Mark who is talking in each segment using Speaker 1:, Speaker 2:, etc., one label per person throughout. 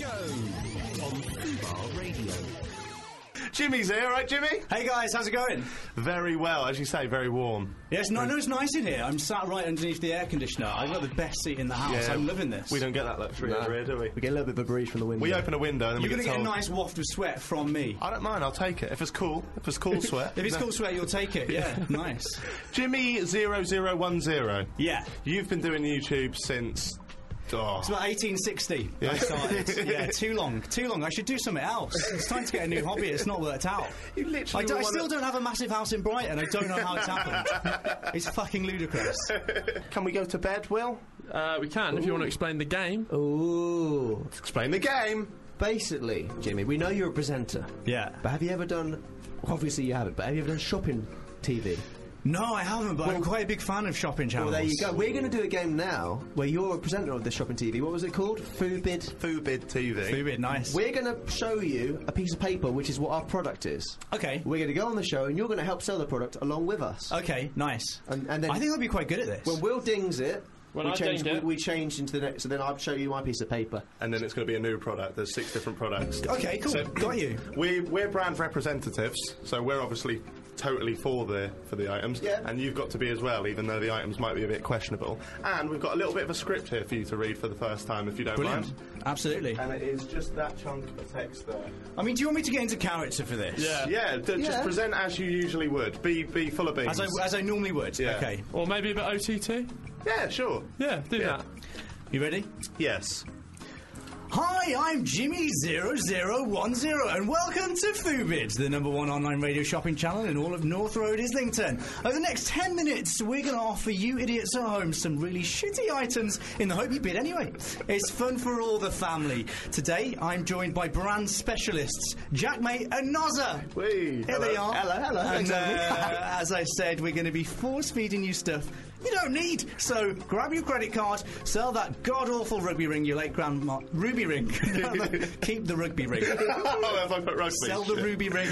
Speaker 1: Show on Fubar Radio.
Speaker 2: Jimmy's here, right, Jimmy?
Speaker 3: Hey guys, how's it going?
Speaker 2: Very well, as you say, very warm.
Speaker 3: Yes, no, no, it's nice in here. I'm sat right underneath the air conditioner. I've got the best seat in the house. I'm loving this.
Speaker 2: We don't get that luxury over here, do we?
Speaker 4: We get a little bit of a breeze from the window.
Speaker 2: We open a window and then
Speaker 3: You're
Speaker 2: we
Speaker 3: going to
Speaker 2: get
Speaker 3: get a
Speaker 2: told.
Speaker 3: nice waft of sweat from me.
Speaker 2: I don't mind. I'll take it if it's cool. If it's cool sweat.
Speaker 3: If it's
Speaker 2: No.
Speaker 3: cool sweat, you'll take it. Yeah, nice.
Speaker 2: Jimmy 1010
Speaker 3: Yeah.
Speaker 2: You've been doing YouTube since. Oh.
Speaker 3: It's about 1860
Speaker 2: Yeah.
Speaker 3: I started. Yeah, too long. Too long. I should do something else. It's time to get a new hobby. It's not worked out.
Speaker 2: You
Speaker 3: I,
Speaker 2: literally
Speaker 3: do,
Speaker 2: were
Speaker 3: I
Speaker 2: one
Speaker 3: still
Speaker 2: of-
Speaker 3: don't have a massive house in Brighton. I don't know how it's happened. It's fucking ludicrous.
Speaker 2: Can we go to bed, Will?
Speaker 5: Uh, we can if you want to explain the game.
Speaker 4: Ooh.
Speaker 2: Explain the game.
Speaker 4: Basically, Jimmy, we know you're a presenter.
Speaker 3: Yeah.
Speaker 4: But have you ever done. Obviously, you haven't, but have you ever done shopping TV?
Speaker 3: No, I haven't, but I'm quite a big fan of shopping channels.
Speaker 4: Well, there you go. We're going to do a game now where you're a presenter of the shopping TV. What was it called? Food bid.
Speaker 2: Foobid TV.
Speaker 3: Very bit nice.
Speaker 4: We're going to show you a piece of paper, which is what our product is.
Speaker 3: okay.
Speaker 4: We're going to go on the show, and you're going to help sell the product along with us.
Speaker 3: Okay, nice.
Speaker 4: And- and then-
Speaker 3: I think I'll be quite good at this.
Speaker 4: When Will dings it,
Speaker 5: When
Speaker 4: we,
Speaker 5: I
Speaker 4: change,
Speaker 5: dinged it.
Speaker 4: we, we change into the next. So then I'll show you my piece of paper.
Speaker 2: And then it's going to be a new product. There's six different products.
Speaker 3: okay, cool. Got you.
Speaker 2: We, we're brand representatives, so we're obviously totally for the for the items.
Speaker 4: Yeah.
Speaker 2: And you've got to be as well, even though the items might be a bit questionable. And we've got a little bit of a script here for you to read for the first time, if you don't
Speaker 3: Brilliant.
Speaker 2: mind.
Speaker 3: Absolutely.
Speaker 2: And it is just that chunk of text there.
Speaker 3: I mean, do you want me to get into character for this?
Speaker 5: Yeah.
Speaker 2: Yeah, d- just
Speaker 4: Yeah.
Speaker 2: present as you usually would. Be be full of beans.
Speaker 3: As I, as I normally would.
Speaker 2: Yeah.
Speaker 3: Okay.
Speaker 5: Or maybe a bit OTT.
Speaker 2: yeah, sure.
Speaker 5: Yeah, do
Speaker 2: Yeah.
Speaker 5: that.
Speaker 3: You ready?
Speaker 2: Yes.
Speaker 3: Hi, I'm Jimmy0010 and welcome to Foobid, the number one online radio shopping channel in all of North Road Islington. Over the next 10 minutes, we're going to offer you idiots at home some really shitty items in the hope you bid anyway. It's fun for all the family. Today, I'm joined by brand specialists Jack May and Nozza.
Speaker 2: Hey,
Speaker 3: Here they
Speaker 2: hello.
Speaker 3: are.
Speaker 4: Hello, hello,
Speaker 3: And,
Speaker 4: exactly.
Speaker 3: uh, as I said, we're going to be force feeding you stuff you don't need. So grab your credit card, sell that god awful rugby ring your late grandma. Ruby ring. Keep the rugby ring.
Speaker 2: oh, if I put rugby.
Speaker 3: Sell the
Speaker 2: Shit.
Speaker 3: ruby ring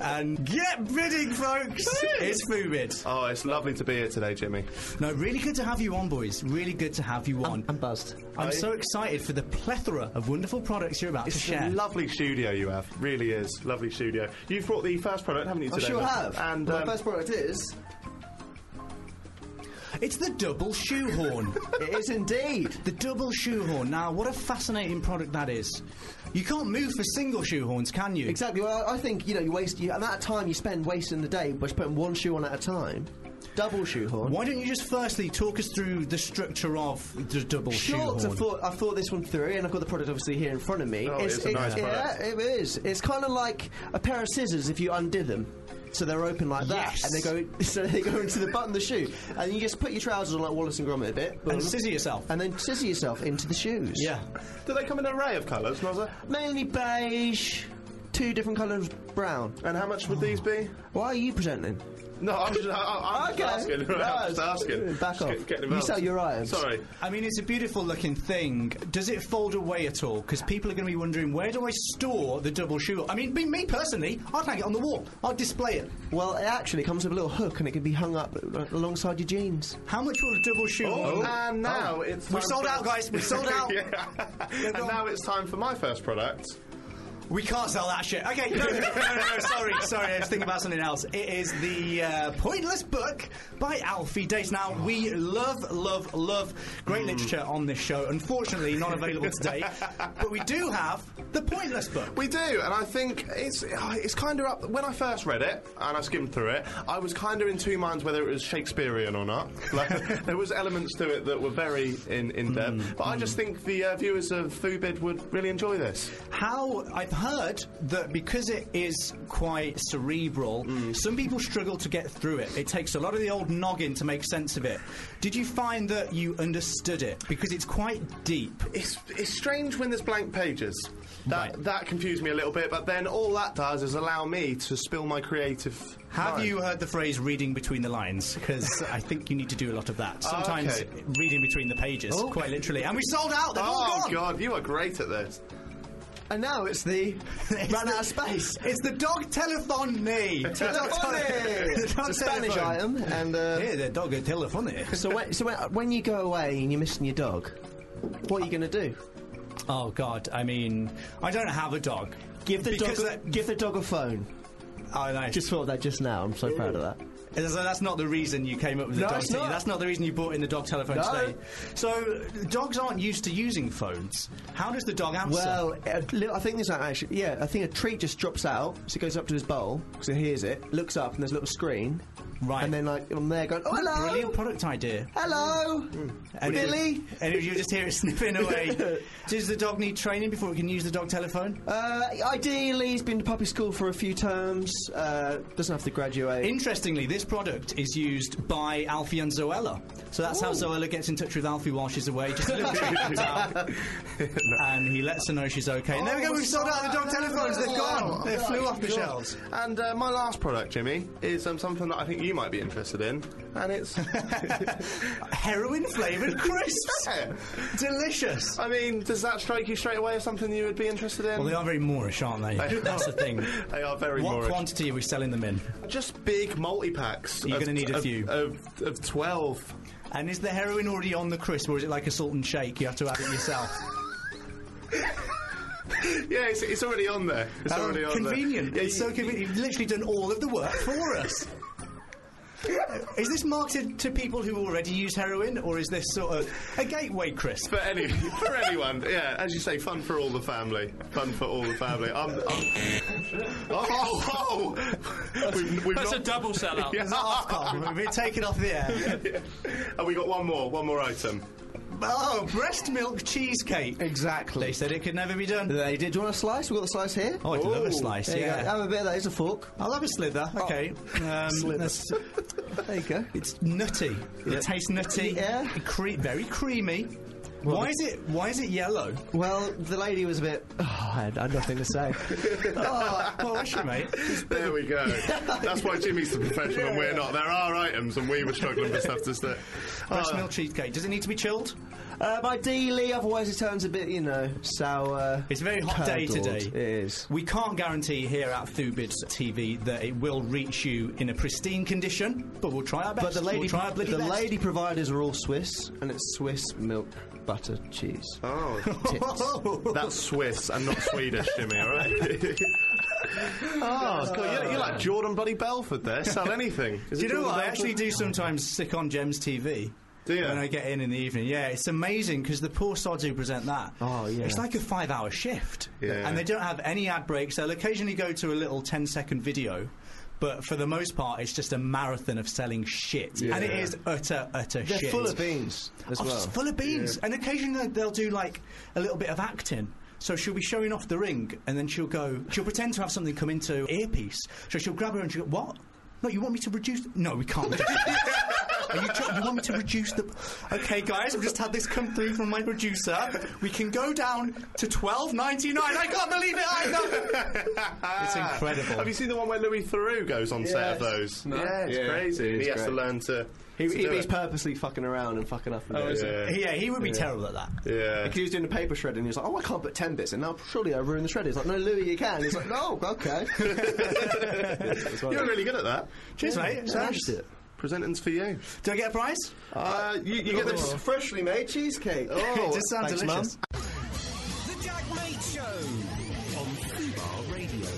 Speaker 3: and get bidding, folks. it's Foobid.
Speaker 2: Oh, it's lovely to be here today, Jimmy.
Speaker 3: No, really good to have you on, boys. Really good to have you on.
Speaker 4: I'm buzzed.
Speaker 3: I'm so excited for the plethora of wonderful products you're about to
Speaker 2: It's
Speaker 3: share.
Speaker 2: a lovely studio you have. Really is. Lovely studio. You've brought the first product, haven't you,
Speaker 4: I
Speaker 2: today?
Speaker 4: sure have.
Speaker 2: And
Speaker 4: my
Speaker 2: um,
Speaker 4: first product is.
Speaker 3: it's the double shoehorn.
Speaker 4: It is indeed.
Speaker 3: The double shoehorn. Now, what a fascinating product that is. You can't move for single shoehorns, can you?
Speaker 4: Exactly. Well, I think you know you waste you, amount of time you spend wasting the day by just putting one shoe on at a time. Double shoehorn.
Speaker 3: Why don't you just firstly talk us through the structure of the double
Speaker 4: Sure, I
Speaker 3: shoehorn?
Speaker 4: thought, I thought this one through, and I've got the product obviously here in front of me.
Speaker 2: Oh, it's a nice product.
Speaker 4: yeah, it is. It's kind of like a pair of scissors if you undid them. So they're open like
Speaker 3: Yes.
Speaker 4: that, and they go so they go into the button of the shoe, and you just put your trousers on like Wallace and Gromit a bit, boom,
Speaker 3: and scissor yourself.
Speaker 4: and then scissor yourself into the shoes.
Speaker 3: yeah.
Speaker 2: Do they come in an array of colours, Nozza?
Speaker 4: mainly beige, two different colours of brown.
Speaker 2: And how much would these be?
Speaker 4: Why are you presenting?
Speaker 2: No, I'm just, I, I'm
Speaker 4: Okay.
Speaker 2: just asking.
Speaker 4: No,
Speaker 2: I'm just
Speaker 4: it's-
Speaker 2: asking.
Speaker 4: back
Speaker 2: Just
Speaker 4: off.
Speaker 2: get- getting
Speaker 4: You
Speaker 2: involved.
Speaker 4: sell your items.
Speaker 2: Sorry.
Speaker 3: I mean, it's a beautiful looking thing. Does it fold away at all? Because people are going to be wondering, where do I store the double shoehorn? I mean, me, me personally, I'd hang it on the wall. I'd display it.
Speaker 4: Well, it actually comes with a little hook, and it can be hung up uh, alongside your jeans.
Speaker 3: How much will a double
Speaker 2: Oh,
Speaker 3: shoehorn?
Speaker 2: and now it's.
Speaker 3: We've
Speaker 2: time
Speaker 3: sold
Speaker 2: for-
Speaker 3: out, guys. We've sold out.
Speaker 2: yeah. And
Speaker 3: go on.
Speaker 2: now it's time for my first product.
Speaker 3: We can't sell that shit. Okay, no, no, no, no, no, sorry, sorry. I was thinking about something else. It is the uh, Pointless Book by Alfie Dace. Now, we love, love, love
Speaker 2: Hmm.
Speaker 3: great literature on this show. Unfortunately, not available today, but we do have the Pointless Book.
Speaker 2: We do, and I think it's it's kind of up. When I first read it and I skimmed through it, I was kind of in two minds whether it was Shakespearean or not. Like there was elements to it that were very in in depth,
Speaker 3: Mm.
Speaker 2: but I just think the uh, viewers of Foobid would really enjoy this.
Speaker 3: How I've heard that because it is quite cerebral,
Speaker 2: Hmm.
Speaker 3: some people struggle to get through it. It takes a lot of the old noggin to make sense of it. Did you find that you understood it? Because it's quite deep.
Speaker 2: It's it's strange when there's blank pages. That
Speaker 3: Right.
Speaker 2: that confused me a little bit, but then all that does is allow me to spill my creative.
Speaker 3: Have
Speaker 2: mind.
Speaker 3: you heard the phrase reading between the lines? Because I think you need to do a lot of that. Sometimes
Speaker 2: Ah, okay.
Speaker 3: reading between the pages, quite literally. And we sold out, they're all
Speaker 2: Oh
Speaker 3: gone.
Speaker 2: God, you are great at this.
Speaker 4: And now it's the ran out of space.
Speaker 3: It's the dog telephone. The dog tele- the
Speaker 4: it's
Speaker 3: dog
Speaker 4: a Spanish
Speaker 3: telephone.
Speaker 4: item, and uh,
Speaker 3: Yeah, the dog telephone.
Speaker 4: so when, so when, when you go away and you're missing your dog, what are you going to do?
Speaker 3: Oh God! I mean, I don't have a dog.
Speaker 4: Give the dog,
Speaker 3: Because
Speaker 4: a,
Speaker 3: that- Oh,
Speaker 4: give the dog a phone.
Speaker 3: I know.
Speaker 4: Just thought of that just now. I'm so proud of that.
Speaker 3: So that's not the reason you came up with the
Speaker 4: No,
Speaker 3: dog.
Speaker 4: it's
Speaker 3: today.
Speaker 4: not.
Speaker 3: That's not the reason you brought in the dog telephone
Speaker 4: No.
Speaker 3: today. So dogs aren't used to using phones. How does the dog answer?
Speaker 4: Well, a little- I think there's that actually. Yeah, I think a treat just drops out, so it goes up to his bowl because it hears it, looks up, and there's a little screen.
Speaker 3: Right.
Speaker 4: And then like on there going, oh,
Speaker 3: brilliant
Speaker 4: hello,
Speaker 3: product idea.
Speaker 4: hello,
Speaker 3: And it-
Speaker 4: Billy.
Speaker 3: and you just hear it sniffing away. Does the dog need training before it can use the dog telephone?
Speaker 4: Uh, ideally, he's been to puppy school for a few terms. Uh, doesn't have to graduate.
Speaker 3: Interestingly, this product is used by Alfie and Zoella. So that's how Zoella gets in touch with Alfie while she's away, just a little bit up, and he lets her know she's okay. and there we go, Oh, we've sold out the dog telephones,
Speaker 4: Oh,
Speaker 3: they're gone. They flew off the shelves.
Speaker 2: And uh, my last product, Jimmy, is um, something that I think you might be interested in, and it's.
Speaker 3: Heroin flavoured crisps!
Speaker 2: Yeah.
Speaker 3: Delicious!
Speaker 2: I mean, does that strike you straight away as something you would be interested in?
Speaker 3: Well, they are very Moorish, aren't they? That's the thing.
Speaker 2: They are very
Speaker 3: What
Speaker 2: Moorish.
Speaker 3: quantity are we selling them in?
Speaker 2: Just big multi packs.
Speaker 3: You're gonna need a few.
Speaker 2: Of, of 12.
Speaker 3: And is the heroin already on the crisp, or is it like a salt and shake? You have to add it yourself.
Speaker 2: Yeah, it's, it's already on there. It's
Speaker 3: How
Speaker 2: already on
Speaker 3: Oh, convenient.
Speaker 2: there.
Speaker 3: It's so convenient. You've literally done all of the work for us. Is this marketed to people who already use heroin, or is this sort of a gateway, Chris?
Speaker 2: For, any, for anyone, yeah, as you say, fun for all the family. Fun for all the family. I'm, I'm- oh, oh, oh. We've, we've
Speaker 5: That's
Speaker 2: not,
Speaker 5: a double sellout.
Speaker 2: Yeah.
Speaker 3: We've been taken off the air.
Speaker 2: And we got one more, one more item.
Speaker 3: Oh, breast milk cheesecake.
Speaker 4: exactly.
Speaker 3: They said it could never be done.
Speaker 4: They did. Do you want a slice? We've got the slice here.
Speaker 3: Oh, I'd love
Speaker 2: Ooh.
Speaker 3: a slice,
Speaker 4: there you go.
Speaker 3: yeah.
Speaker 4: Have a bit of that. Here's a fork.
Speaker 3: I'll have a slither.
Speaker 4: Oh.
Speaker 3: Okay. Um, that's-
Speaker 4: There you go.
Speaker 3: It's nutty. It tastes nutty.
Speaker 4: Yeah.
Speaker 3: Cre- very creamy. why is it? Why is it yellow?
Speaker 4: Well, the lady was a bit. Oh, I, had, I had nothing to say.
Speaker 3: oh, well, wish you, mate.
Speaker 2: There we go. That's why Jimmy's the professional and we're not. There are items and we were struggling for stuff to stick. Uh,
Speaker 3: Breast milk cheesecake. Does it need to be chilled?
Speaker 4: um, ideally, otherwise it turns a bit, you know, sour.
Speaker 3: It's a very hot day
Speaker 4: curdled.
Speaker 3: today.
Speaker 4: Oh, It is.
Speaker 3: We can't guarantee here at Thubids TV that it will reach you in a pristine condition, but we'll try our best.
Speaker 4: Uh, But the lady,
Speaker 3: we'll try our bloody
Speaker 4: the
Speaker 3: best.
Speaker 4: lady providers are all Swiss, and it's Swiss milk, butter, cheese.
Speaker 2: Oh,
Speaker 4: Tits.
Speaker 2: that's Swiss and not Swedish, Jimmy, all right? oh, cool. You're, you're like Jordan Buddy Belford there. Sell anything. Is
Speaker 3: do
Speaker 2: it
Speaker 3: you know
Speaker 2: Jordan
Speaker 3: what? I
Speaker 2: Belford?
Speaker 3: actually do sometimes stick on Gems TV.
Speaker 2: Do you?
Speaker 3: When I get in in the evening, yeah, it's amazing because the poor sods who present that,
Speaker 4: Oh, yeah.
Speaker 3: it's like a five-hour shift,
Speaker 2: Yeah.
Speaker 3: and they don't have any ad breaks. They'll occasionally go to a little 10-second video, but for the most part, it's just a marathon of selling shit, and it
Speaker 2: Yeah.
Speaker 3: is utter, utter
Speaker 4: They're
Speaker 3: shit.
Speaker 4: full of beans as
Speaker 3: Oh,
Speaker 4: well.
Speaker 3: it's full of beans. And occasionally they'll do like a little bit of acting. So she'll be showing off the ring, and then she'll go. She'll pretend to have something come into her earpiece. So she'll grab her and she'll go, "What? No, you want me to reduce? No, we can't. Reduce Are you, tr- you want me to reduce the? Okay, guys, I've just had this come through from my producer. We can go down to twelve ninety nine. I can't believe it either. it's incredible.
Speaker 2: Have you seen the one where Louis Theroux goes on set of those? Yeah, it's crazy. he has to
Speaker 4: great.
Speaker 2: learn to.
Speaker 4: He,
Speaker 2: to
Speaker 4: he,
Speaker 2: do
Speaker 4: he's
Speaker 2: it.
Speaker 4: purposely fucking around and fucking up. Oh,
Speaker 2: Yeah.
Speaker 3: yeah, he would be terrible at that.
Speaker 2: Yeah.
Speaker 4: Like he was doing the paper shredding, he was like, "Oh, I can't put ten bits in now. Surely I ruined the shredder." He's like, "No, Louis, you can." He's like, "No, okay."
Speaker 2: You're really good at that.
Speaker 3: Cheers, mate.
Speaker 4: Smashed it.
Speaker 2: Presenting's for you.
Speaker 3: Do I get a prize?
Speaker 2: Uh, you, you get
Speaker 4: Oh.
Speaker 2: this.
Speaker 4: freshly made cheesecake.
Speaker 2: Oh,
Speaker 3: it does sound
Speaker 4: thanks,
Speaker 3: delicious.
Speaker 4: Mum.
Speaker 1: The Jack Mate Show on Fubar Radio.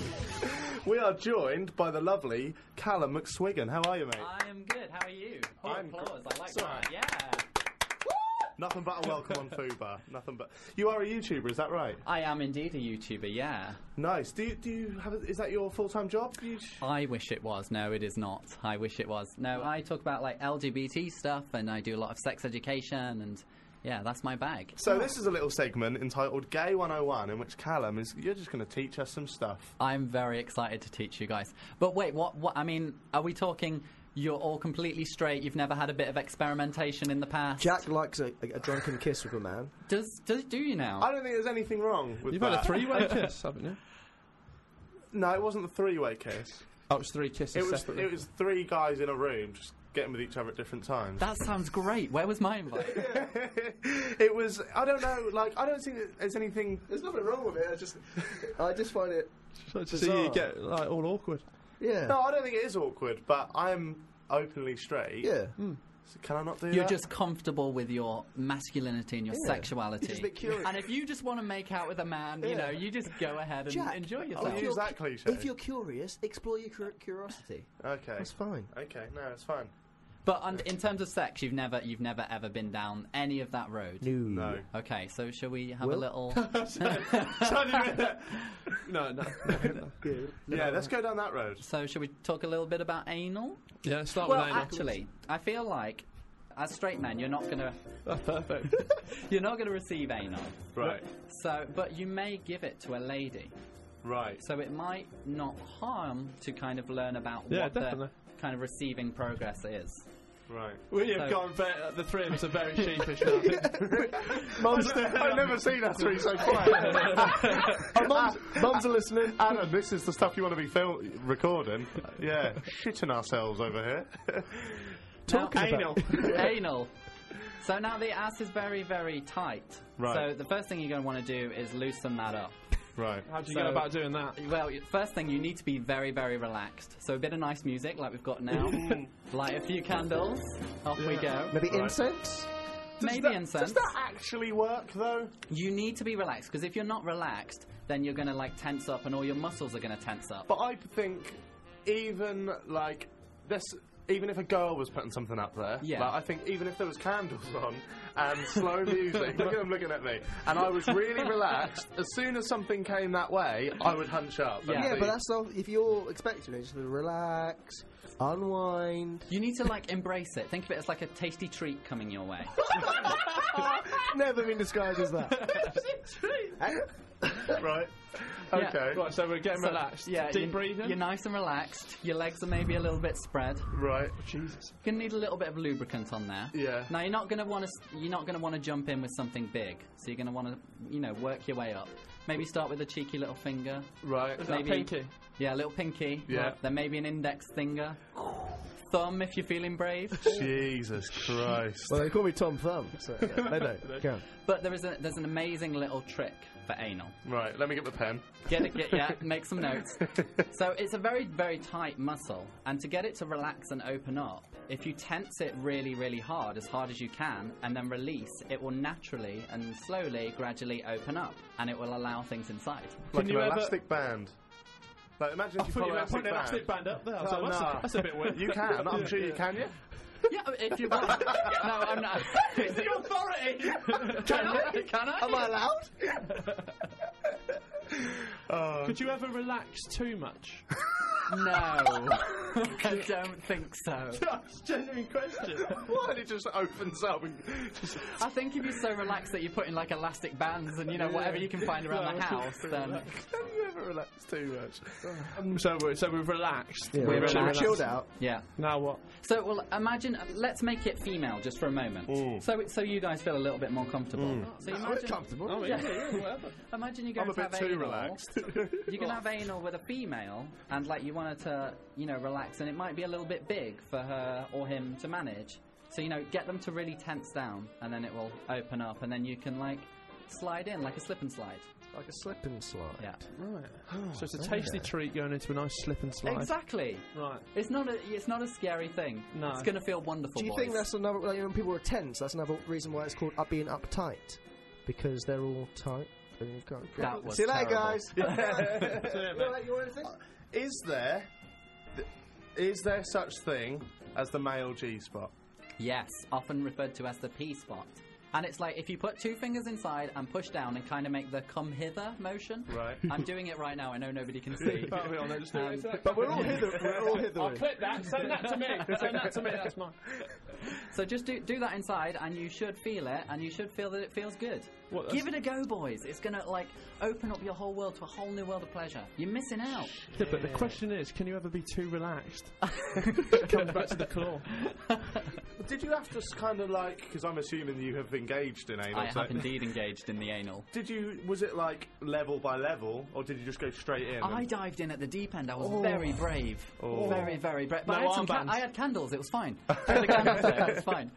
Speaker 2: We are joined by the lovely Callum McSwiggan. How are you, mate?
Speaker 6: I am good. How are you? Oh,
Speaker 2: I'm
Speaker 6: applause.
Speaker 2: good.
Speaker 6: I like
Speaker 2: It's all
Speaker 6: that. Yeah.
Speaker 2: Nothing but a welcome on Fubar. Nothing but. You are a YouTuber, is that right?
Speaker 6: I am indeed a YouTuber. Yeah.
Speaker 2: Nice. Do you, do you have? A, is that your full time job? You sh-
Speaker 6: I wish it was. No, it is not. I wish it was. No, I talk about like LGBT stuff and I do a lot of sex education and yeah, that's my bag.
Speaker 2: so this is a little segment entitled "Gay 101," in which Callum is. You're just going to teach us some stuff.
Speaker 6: I'm very excited to teach you guys. But wait, what? What? I mean, are we talking? You're all completely straight. You've never had a bit of experimentation in the past.
Speaker 4: Jack likes a, a, a drunken kiss with a man.
Speaker 6: Does, does do you now?
Speaker 2: I don't think there's anything wrong with
Speaker 7: You've
Speaker 2: that.
Speaker 7: had a three-way kiss, haven't you?
Speaker 2: No, it wasn't the three-way kiss.
Speaker 7: Oh, it's three kisses
Speaker 2: It was.
Speaker 7: separately.
Speaker 2: It was three guys in a room just getting with each other at different times.
Speaker 6: That sounds great. Where was my invite?
Speaker 2: it was. I don't know. Like I don't think that there's anything.
Speaker 4: There's nothing wrong with it. I just, I just find it.
Speaker 7: so to see you
Speaker 4: bizarre.
Speaker 7: get like all awkward.
Speaker 4: Yeah.
Speaker 2: No, I don't think it is awkward. But I'm openly straight.
Speaker 4: Yeah.
Speaker 2: So can I not do
Speaker 6: You're
Speaker 2: that?
Speaker 6: just comfortable with your masculinity and your sexuality.
Speaker 4: You're just a bit curious.
Speaker 6: And if you just want to make out with a man, you know, you just go ahead and
Speaker 4: Jack,
Speaker 6: enjoy
Speaker 4: if
Speaker 6: yourself.
Speaker 2: I'll use
Speaker 4: you're-
Speaker 2: that cliche.
Speaker 4: If you're curious, explore your cur- curiosity.
Speaker 2: okay.
Speaker 4: That's fine.
Speaker 2: Okay, no, it's fine.
Speaker 6: But on, in terms of sex, you've never, you've never ever been down any of that road.
Speaker 2: No.
Speaker 6: Okay, so shall we have
Speaker 4: Will?
Speaker 6: a little?
Speaker 7: No, no.
Speaker 2: yeah, let's go down that road.
Speaker 6: so shall we talk a little bit about anal?
Speaker 5: Yeah, let's start
Speaker 6: well,
Speaker 5: with anal.
Speaker 6: actually, I feel like as straight men, you're not gonna,
Speaker 7: That's perfect.
Speaker 6: you're not gonna receive anal.
Speaker 2: Right.
Speaker 6: So, but you may give it to a lady.
Speaker 2: Right.
Speaker 6: So it might not harm to kind of learn about
Speaker 7: Yeah,
Speaker 6: what
Speaker 7: definitely.
Speaker 6: the kind of receiving progress is.
Speaker 2: Right.
Speaker 7: We
Speaker 6: So-
Speaker 7: have gone very, uh, the three of us are very sheepish now. I think.
Speaker 2: Monster. I've never seen that three so quiet. Uh, mums, mums are listening. Adam, this is the stuff you want to be fil- recording. Yeah, shitting ourselves over here.
Speaker 6: Talking
Speaker 2: Anal.
Speaker 6: anal. So now the ass is very, very tight.
Speaker 2: Right.
Speaker 6: So the first thing you're going to want to do is loosen that up.
Speaker 2: Right.
Speaker 7: How do you
Speaker 6: So-
Speaker 7: go about doing that?
Speaker 6: Well, y- first thing, you need to be very, very relaxed. So a bit of nice music like we've got now. Light a few candles. Off we go.
Speaker 4: Maybe incense?
Speaker 6: Maybe
Speaker 2: that-
Speaker 6: incense.
Speaker 2: Does that actually work though?
Speaker 6: You need to be relaxed because if you're not relaxed, then you're going to like tense up and all your muscles are going to tense up.
Speaker 2: But I think even like this, even if a girl was putting something up there,
Speaker 6: Yeah.
Speaker 2: like, I think even if there was candles on and slow music, look at them looking at me, and I was really relaxed. As soon as something came that way, I would hunch up. and
Speaker 6: Yeah.
Speaker 4: Yeah,
Speaker 2: be-
Speaker 4: but that's not. If you're expecting it, just relax, unwind.
Speaker 6: You need to like embrace it. Think of it as like a tasty treat coming your way.
Speaker 4: Never been described as that.
Speaker 2: right.
Speaker 6: Yeah.
Speaker 2: Okay.
Speaker 7: Right, so we're getting relaxed.
Speaker 6: Yeah,
Speaker 7: Deep
Speaker 6: you-
Speaker 7: breathing.
Speaker 6: You're nice and relaxed. Your legs are maybe a little bit spread. Oh,
Speaker 2: Right.
Speaker 7: Jesus.
Speaker 6: You're gonna need a little bit of lubricant on there.
Speaker 2: Yeah.
Speaker 6: Now you're not gonna want to. You're not gonna want to jump in with something big. So you're gonna want to, you know, work your way up. Maybe start with a cheeky little finger.
Speaker 2: Right.
Speaker 7: Is that
Speaker 6: Maybe-
Speaker 7: pinky?
Speaker 6: Yeah, a little pinky.
Speaker 2: Yeah.
Speaker 6: Right, Then maybe an index finger. Thumb if you're feeling brave.
Speaker 2: Jesus Christ.
Speaker 4: well, they call me Tom Thumb. So, yeah, they don't. Go on.
Speaker 6: but there is a, there's an amazing little trick for anal.
Speaker 2: Right. Let me get the pen.
Speaker 6: Get it, get yeah, make some notes. So it's a very, very tight muscle, and to get it to relax and open up, if you tense it really, really hard, as hard as you can, and then release, it will naturally and slowly, gradually open up, and it will allow things inside.
Speaker 2: Like
Speaker 7: you
Speaker 2: an
Speaker 7: ever-
Speaker 2: elastic band. Like imagine if you
Speaker 7: Put
Speaker 2: follow
Speaker 7: your
Speaker 2: elastic
Speaker 7: put an
Speaker 2: band.
Speaker 7: elastic band up there. I was
Speaker 2: Oh,
Speaker 7: like, that's,
Speaker 2: no.
Speaker 7: a, that's a bit weird.
Speaker 2: You can. I'm sure you can. You.
Speaker 6: Yeah, if you want. no, I'm not. It's the authority! can I? Can I?
Speaker 4: Am I allowed?
Speaker 2: Oh.
Speaker 7: Could you ever relax too much?
Speaker 6: No. I don't think so.
Speaker 7: that's a genuine question.
Speaker 2: Why it just opens up and just
Speaker 6: I think if you're so relaxed that you put in like elastic bands and, you know, whatever you can find around the house, then.
Speaker 2: Have you ever relaxed too much?
Speaker 7: Um, so, we're, so we've relaxed.
Speaker 4: We're
Speaker 6: relaxed.
Speaker 4: chilled out.
Speaker 6: Yeah.
Speaker 7: Now what?
Speaker 6: So, well, imagine. Let's make it female just for a moment.
Speaker 2: Mm.
Speaker 6: So, so you guys feel a little bit more comfortable. So
Speaker 4: We're
Speaker 6: imagine, Oh,
Speaker 4: comfortable.
Speaker 6: imagine you're going
Speaker 2: Oh, I'm a
Speaker 6: to
Speaker 2: bit
Speaker 6: have
Speaker 2: too
Speaker 6: anal.
Speaker 2: relaxed. Oh.
Speaker 6: You can have anal with a female, and like you want her to, you know, relax, and it might be a little bit big for her or him to manage. So you know, get them to really tense down, and then it will open up, and then you can like slide in like a slip and slide.
Speaker 4: Like a slip and slide. Oh,
Speaker 6: Yeah.
Speaker 7: Right. so
Speaker 2: Oh,
Speaker 7: it's a tasty treat going into a nice slip and slide.
Speaker 6: Exactly.
Speaker 7: Right.
Speaker 6: It's not a it's not a scary thing.
Speaker 7: No.
Speaker 6: It's gonna feel wonderful.
Speaker 4: Do you
Speaker 6: boys.
Speaker 4: think that's another? Like, when people are tense, that's another reason why it's called up being uptight, because they're all tight. And you've got
Speaker 6: That was
Speaker 4: See you later,
Speaker 6: terrible.
Speaker 4: guys.
Speaker 2: Is there th- is there such thing as the male G spot?
Speaker 6: Yes, often referred to as the P spot. And it's like if you put two fingers inside and push down and kind of make the come hither motion.
Speaker 2: Right.
Speaker 6: I'm doing it right now. I know nobody can see.
Speaker 7: Can't be on there, just do it.
Speaker 6: Um,
Speaker 7: Exactly.
Speaker 4: But we're all hither. We're all hither.
Speaker 7: I'll clip that. Send that to me. Send that to me. That's mine.
Speaker 6: so just do do that inside, and you should feel it, and you should feel that it feels good.
Speaker 7: What, that's-
Speaker 6: Give it a go, boys. It's gonna like open up your whole world to a whole new world of pleasure. You're missing out.
Speaker 7: Yeah, but the question is, can you ever be too relaxed? it comes back to the claw.
Speaker 2: Did you have to s- kind of like? Because I'm assuming you have engaged in anal.
Speaker 6: I
Speaker 2: so-
Speaker 6: have indeed engaged in the anal.
Speaker 2: Did you? Was it like level by level, or did you just go straight in?
Speaker 6: I
Speaker 2: and- Oh.
Speaker 6: dived in at the deep end. I was very brave. Very, very brave. But
Speaker 7: No
Speaker 6: I, had some
Speaker 7: armbands.
Speaker 6: ca- I had candles. It was fine. I had a candle there. It was fine.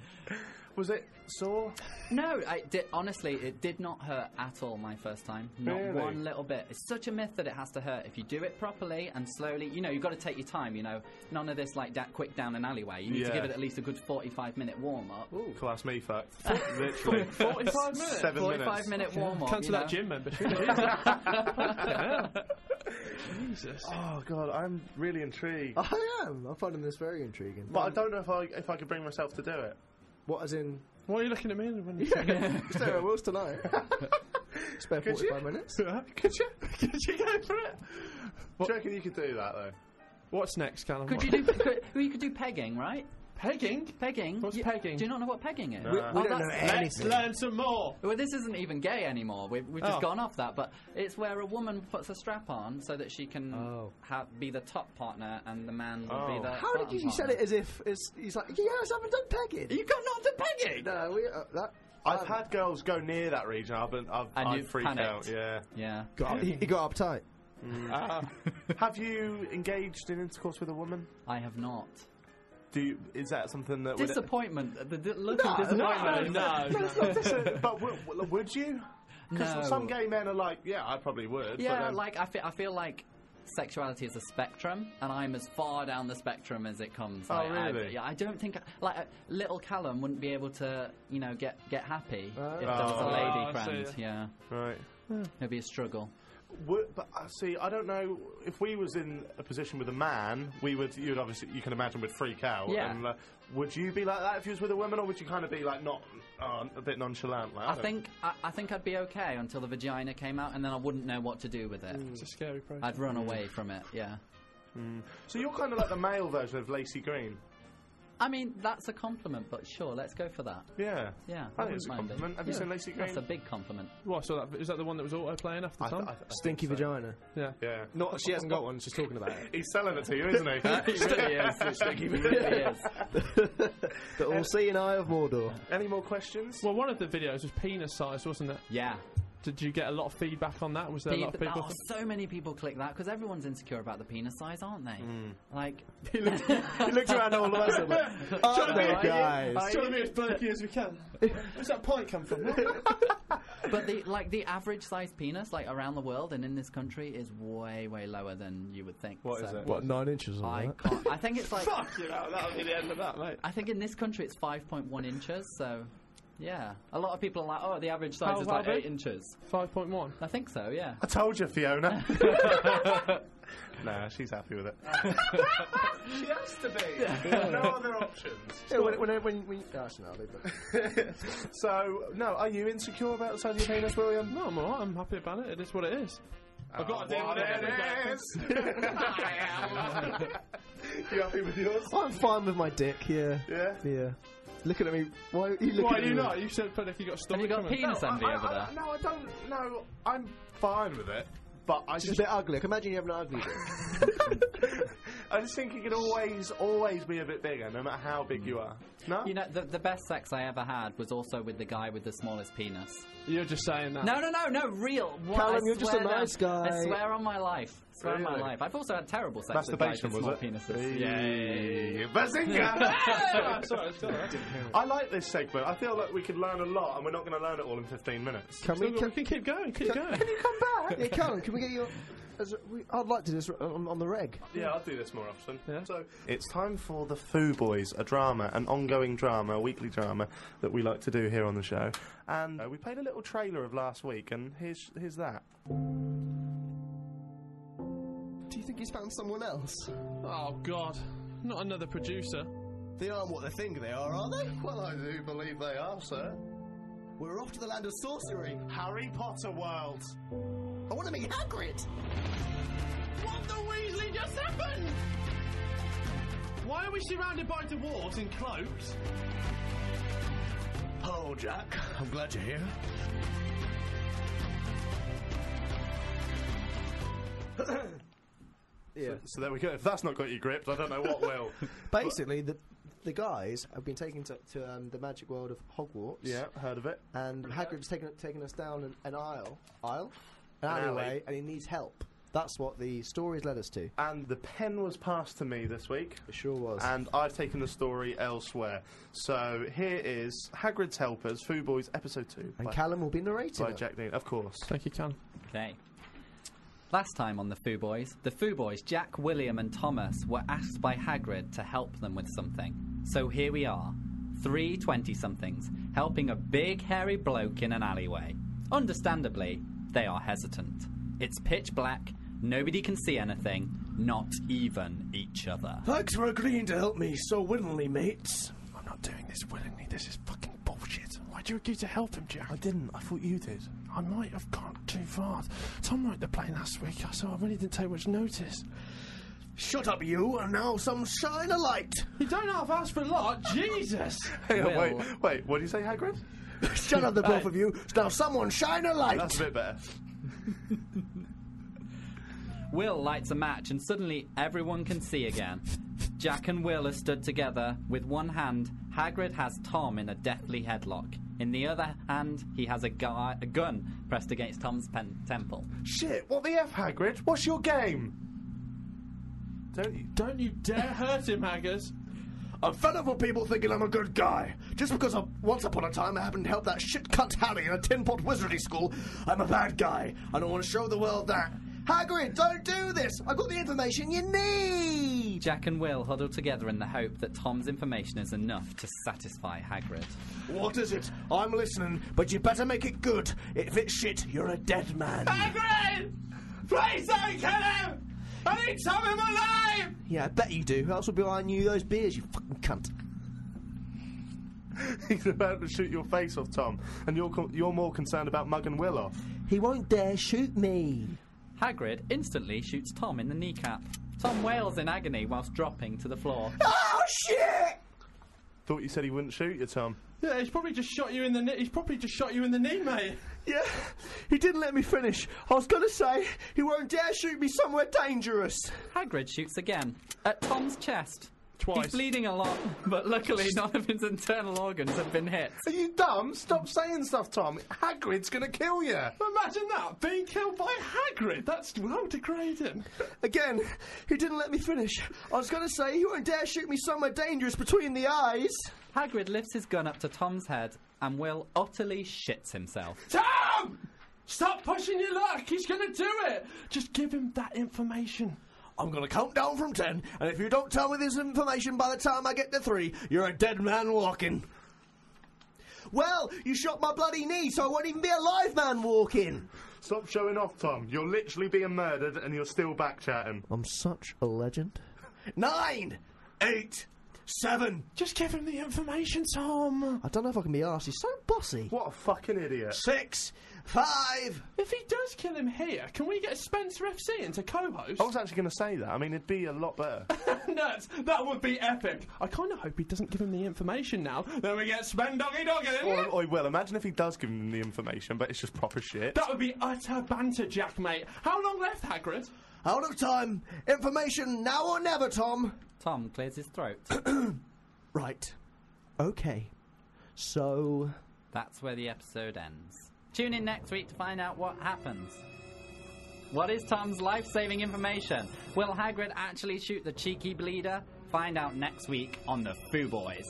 Speaker 2: Was it sore?
Speaker 6: No, I did, honestly, it did not hurt at all my first time. Not
Speaker 2: Really?
Speaker 6: one little bit. It's such a myth that it has to hurt. If you do it properly and slowly, you know, you've got to take your time, you know. None of this like that quick down an alleyway. You need to
Speaker 2: Yeah.
Speaker 6: give it at least a good 45 minute warm up.
Speaker 2: Class me fact. Literally.
Speaker 5: 45 minutes.
Speaker 2: Seven
Speaker 6: 45
Speaker 2: minutes.
Speaker 6: minute warm up.
Speaker 5: Cancel
Speaker 6: you know?
Speaker 5: that gym membership. Jesus.
Speaker 2: Oh god, I'm really intrigued.
Speaker 4: I am. I'm finding this very intriguing. Um,
Speaker 2: But I don't know if I if I could bring myself to do it.
Speaker 4: What, as in,
Speaker 5: Why are you looking at me when you say
Speaker 4: Sarah Wills tonight? Spare
Speaker 2: Could you?
Speaker 4: 45 minutes?
Speaker 5: that?
Speaker 2: Could you?
Speaker 5: Could you go for it?
Speaker 2: Do you reckon you could do that though?
Speaker 5: What's next, Callum?
Speaker 6: Could you do? Could, well, you could do pegging, right?
Speaker 5: pegging?
Speaker 6: Pegging.
Speaker 5: What's
Speaker 6: You-
Speaker 5: pegging?
Speaker 6: Do you not know what pegging is?
Speaker 2: We- we
Speaker 6: oh, that's-
Speaker 5: Let's learn some more.
Speaker 6: Well, this isn't even gay anymore. We've, we've just
Speaker 5: Oh.
Speaker 6: gone off that, but it's where a woman puts a strap on so that she can
Speaker 4: Oh.
Speaker 6: ha- be the top partner and the man will
Speaker 2: Oh.
Speaker 6: be the.
Speaker 4: How did
Speaker 6: bottom
Speaker 4: you sell it
Speaker 6: partner.
Speaker 4: as if it's, he's like, yeah, I haven't done pegging?
Speaker 6: You got not the pegging.
Speaker 4: No, we, uh, that,
Speaker 2: I've had girls go near that region. I've been, I've,
Speaker 6: And
Speaker 2: I've
Speaker 6: you've
Speaker 2: freaked out.
Speaker 6: panicked.
Speaker 2: Yeah. Mm.
Speaker 6: Yeah.
Speaker 4: he, he got uptight.
Speaker 2: Ah. Have you engaged in intercourse with a woman?
Speaker 6: I have not.
Speaker 2: Do you, is that something that would?
Speaker 6: Disappointment. The, the look of
Speaker 5: No,
Speaker 6: disappointment.
Speaker 5: no,
Speaker 2: No,
Speaker 5: no.
Speaker 2: it's not dis- but would, would you? Because
Speaker 6: No.
Speaker 2: some gay men are like, yeah, I probably would. but
Speaker 6: Yeah,
Speaker 2: then-
Speaker 6: like I feel, I feel like sexuality is a spectrum, and I'm as far down the spectrum as it comes.
Speaker 2: Oh,
Speaker 6: Like, I,
Speaker 2: really?
Speaker 6: yeah, I don't think like uh, little Callum wouldn't be able to, you know, get get happy if there was
Speaker 2: Oh,
Speaker 6: a lady
Speaker 5: I
Speaker 6: friend.
Speaker 5: see.
Speaker 6: Yeah,
Speaker 2: right.
Speaker 6: it'd be a struggle.
Speaker 2: Would, but uh, see, I don't know if we was in a position with a man, we would. You'd obviously, you can imagine, would freak out.
Speaker 6: Yeah.
Speaker 2: And, uh, would you be like that if you was with a woman, or would you kind of be like not uh, a bit nonchalant? Like,
Speaker 6: I
Speaker 2: don't-
Speaker 6: think I, I think I'd be okay until the vagina came out, and then I wouldn't know what to do with
Speaker 2: Mm.
Speaker 6: it.
Speaker 5: It's a scary process.
Speaker 6: I'd run away from it. Yeah.
Speaker 2: So you're kind of like the male version of Lacey Green.
Speaker 6: I mean, that's a compliment, but sure, let's go for that.
Speaker 2: Yeah.
Speaker 6: Yeah,
Speaker 2: I
Speaker 6: I
Speaker 2: think
Speaker 6: wouldn't
Speaker 2: it's a
Speaker 6: mind it.
Speaker 2: compliment. Have you
Speaker 6: Yeah.
Speaker 2: seen Lacey Green?
Speaker 6: That's a big compliment.
Speaker 5: What, so that, is that the one that was autoplaying after
Speaker 2: I th-
Speaker 5: Tom?
Speaker 2: I th- I think
Speaker 4: Stinky
Speaker 2: so.
Speaker 4: vagina.
Speaker 5: yeah.
Speaker 2: Yeah.
Speaker 4: Not, she hasn't got one, she's talking about it.
Speaker 2: He's selling it to you, isn't he?
Speaker 6: It really is. It really is.
Speaker 4: The all-seeing eye of Mordor.
Speaker 2: Any more questions?
Speaker 5: Well, one of the videos was penis sized, wasn't it?
Speaker 6: Yeah.
Speaker 5: Did you get a lot of feedback on that? Was there a lot of
Speaker 6: Pe-
Speaker 5: people?
Speaker 6: oh, so many people click that because everyone's insecure about the penis size, aren't they?
Speaker 2: Mm.
Speaker 6: Like, Oh,
Speaker 4: He looked around all the way, so like, oh, no, guys.
Speaker 5: trying to be as bulky as we can. Where's that point come from?
Speaker 6: but the like the average size penis, like around the world and in this country, is way way lower than you would think. What is it?
Speaker 4: What, nine inches or
Speaker 6: I
Speaker 4: that?
Speaker 6: can't. I think it's like
Speaker 5: you know, that'll be the end of that, mate.
Speaker 6: I think in this country it's 5.1 inches. So, yeah, a lot of people are like, oh, the average size
Speaker 5: How-
Speaker 6: is
Speaker 5: how
Speaker 6: like
Speaker 5: big?
Speaker 6: eight inches.
Speaker 5: 5.1.
Speaker 6: I think so. Yeah.
Speaker 2: I told you, Fiona. nah, she's happy with it. she has to be. no other options.
Speaker 4: Yeah, when, when, when, when, gosh, no, they don't.
Speaker 2: So, no, are you insecure about the size of your penis, William?
Speaker 5: No, I'm alright. I'm happy about it. It is what it is.
Speaker 7: Oh,
Speaker 5: I've got to deal
Speaker 2: What
Speaker 5: with it.
Speaker 2: it is. you happy with yours?
Speaker 4: I'm fine with my dick, yeah.
Speaker 2: Yeah.
Speaker 4: Yeah. Looking at me, why are you looking
Speaker 5: Why
Speaker 4: at
Speaker 5: are you
Speaker 4: me?
Speaker 5: not? You said, but if you got a
Speaker 6: Have
Speaker 5: stomach,
Speaker 6: you got
Speaker 5: coming.
Speaker 6: penis envy over there?
Speaker 2: I, no, I don't. No, I'm fine with it. But I
Speaker 4: It's just
Speaker 2: just,
Speaker 4: a bit ugly. I can imagine you having an ugly dick.
Speaker 2: I just think it could always, always be a bit bigger, no matter how big you are. No.
Speaker 6: You know, the, the best sex I ever had was also with the guy with the smallest penis.
Speaker 5: You're just saying that.
Speaker 6: No, no, no, no, real. What,
Speaker 4: Callum,
Speaker 6: I
Speaker 4: you're just a
Speaker 6: swear
Speaker 4: nice
Speaker 6: down-
Speaker 4: guy.
Speaker 6: I swear on my life. Swear on my
Speaker 2: Really?
Speaker 6: life. I've also had terrible sex
Speaker 2: Masturbation
Speaker 6: with
Speaker 2: was
Speaker 6: guys
Speaker 2: it?
Speaker 6: with small penises.
Speaker 2: Hey, Bazinga!
Speaker 5: Sorry, it's all right.
Speaker 2: I like this segment. I feel like we could learn a lot, and we're not going to learn it all in 15 minutes.
Speaker 4: Can we,
Speaker 5: We
Speaker 4: can,
Speaker 5: can keep going. Keep going.
Speaker 4: you come back? Yeah, Callum, can we get your... As, we, I'd like to do this on, on the reg.
Speaker 2: Yeah, I'll do this more often.
Speaker 5: Yeah.
Speaker 2: So it's time for the Foo Boys, a drama, an ongoing drama, a weekly drama that we like to do here on the show. And uh, we played a little trailer of last week, and here's here's that.
Speaker 4: Do you think he's found someone else?
Speaker 5: Oh God, not another producer.
Speaker 4: They are what they think they are, are they?
Speaker 2: Well, I do believe they are, sir.
Speaker 4: We're off to the land of sorcery.
Speaker 2: Harry Potter world.
Speaker 4: I want to meet Hagrid.
Speaker 5: Why are we surrounded by dwarves in cloaks?
Speaker 2: Hello, Jack. I'm glad you're here.
Speaker 4: Yeah.
Speaker 2: So there we go. If that's not got you gripped, I don't know what will.
Speaker 4: Basically, the the guys have been taken to, to um, the magic world of Hogwarts.
Speaker 2: yeah, heard of it.
Speaker 4: And Hagrid's taken taken us down an, an aisle, aisle, an,
Speaker 2: An
Speaker 4: alleyway,
Speaker 2: alley.
Speaker 4: Ah, and he needs help. That's what the stories led us to.
Speaker 2: And the pen was passed to me this week.
Speaker 4: It sure was.
Speaker 2: And I've taken the story elsewhere. So here is Hagrid's Helpers, Foo Boys, Episode 2.
Speaker 4: And
Speaker 2: by,
Speaker 4: Callum will be narrating.
Speaker 2: by
Speaker 4: it.
Speaker 2: Jack Dean, of course.
Speaker 7: Thank you, Callum.
Speaker 6: They. Last time on the Foo Boys, the Foo Boys, Jack, William, and Thomas were asked by Hagrid to help them with something. So here we are, three 20 somethings, helping a big hairy bloke in an alleyway. Understandably, they are hesitant. It's pitch black, nobody can see anything, not even each other.
Speaker 8: Thanks for agreeing to help me so willingly, mates. I'm not doing this willingly. This is fucking bullshit.
Speaker 7: Why'd you agree to help him, Jack?
Speaker 8: I didn't. I thought you did.
Speaker 7: I might have gone too far. Tom wrote the play last week, so I really didn't take much notice.
Speaker 8: Shut up, you, and now some shine a light.
Speaker 7: You don't half ask for a lot, Jesus!
Speaker 2: Hang on,
Speaker 6: Will.
Speaker 2: wait, wait, what do you say, Hagrid?
Speaker 8: Shut up, the both of you. Now someone shine a light.
Speaker 2: That's a bit better.
Speaker 6: Will lights a match and suddenly everyone can see again. Jack and Will are stood together. With one hand, Hagrid has Tom in a deathly headlock. In the other hand, he has a, guy, a gun pressed against Tom's pen- temple.
Speaker 2: Shit, what the F, Hagrid? What's your game? Don't you?
Speaker 7: Don't you dare hurt him, Haggers!
Speaker 8: I'm fed up with people thinking I'm a good guy. Just because I, once upon a time I happened to help that shit cunt Harry in a tin pot wizardry school, I'm a bad guy. I don't want to show the world that. Hagrid, don't do this. I got the information you need.
Speaker 6: Jack and Will huddle together in the hope that Tom's information is enough to satisfy Hagrid.
Speaker 8: What is it? I'm listening, but you better make it good. If it's shit, you're a dead man.
Speaker 7: Hagrid! Please don't kill him! I need Tom him alive!
Speaker 4: Yeah, I bet you do. Who else would be buying you those beers, you fucking cunt?
Speaker 2: He's about to shoot your face off, Tom, and you're co- you're more concerned about mugging Will off.
Speaker 4: He won't dare shoot me.
Speaker 6: Hagrid instantly shoots Tom in the kneecap. Tom wails in agony whilst dropping to the floor.
Speaker 2: Thought you said he wouldn't shoot you, Tom.
Speaker 7: Yeah, he's probably just shot you in the knee. He's probably just shot you in the knee, mate.
Speaker 8: Yeah, he didn't let me finish. I was gonna say he won't dare shoot me somewhere dangerous.
Speaker 6: Hagrid shoots again at Tom's chest.
Speaker 7: Twice.
Speaker 6: He's bleeding a lot, but luckily none of his internal organs have been hit.
Speaker 2: Are you dumb? Stop saying stuff, Tom. Hagrid's gonna kill you.
Speaker 7: Imagine that being killed by Hagrid. That's how degrading.
Speaker 8: Again, he didn't let me finish. I was gonna say he won't dare shoot me somewhere dangerous between the eyes.
Speaker 6: Hagrid lifts his gun up to Tom's head, and Will utterly shits himself.
Speaker 7: Tom, stop pushing your luck. He's gonna do it. Just give him that information.
Speaker 8: I'm gonna count down from ten, and if you don't tell me this information by the time I get to three, you're a dead man walking. Well, you shot my bloody knee, so I won't even be a live man walking.
Speaker 2: Stop showing off, Tom. You're literally being murdered, and you're still back chatting.
Speaker 4: I'm such a legend.
Speaker 8: Nine, eight, seven.
Speaker 7: Just give him the information, Tom.
Speaker 4: I don't know if I can be arsed. He's so bossy.
Speaker 2: What a fucking idiot.
Speaker 8: six, five.
Speaker 7: If he does kill him here, can we get Spencer FC into co-host?
Speaker 2: I was actually going to say that. I mean, it'd be a lot better.
Speaker 7: nuts! That would be epic. I kind of hope he doesn't give him the information now. Then we get Spen Doggy Doggy.
Speaker 2: or, or, well, imagine if he does give him the information, but it's just proper shit.
Speaker 7: That would be utter banter, Jack, mate. How long left, Hagrid?
Speaker 8: Out of time. Information now or never, Tom.
Speaker 6: Tom clears his throat.
Speaker 8: Right.
Speaker 4: Okay. So,
Speaker 6: That's where the episode ends. Tune in next week to find out what happens. What is Tom's life saving information? Will Hagrid actually shoot the cheeky bleeder? Find out next week on the Foo Boys.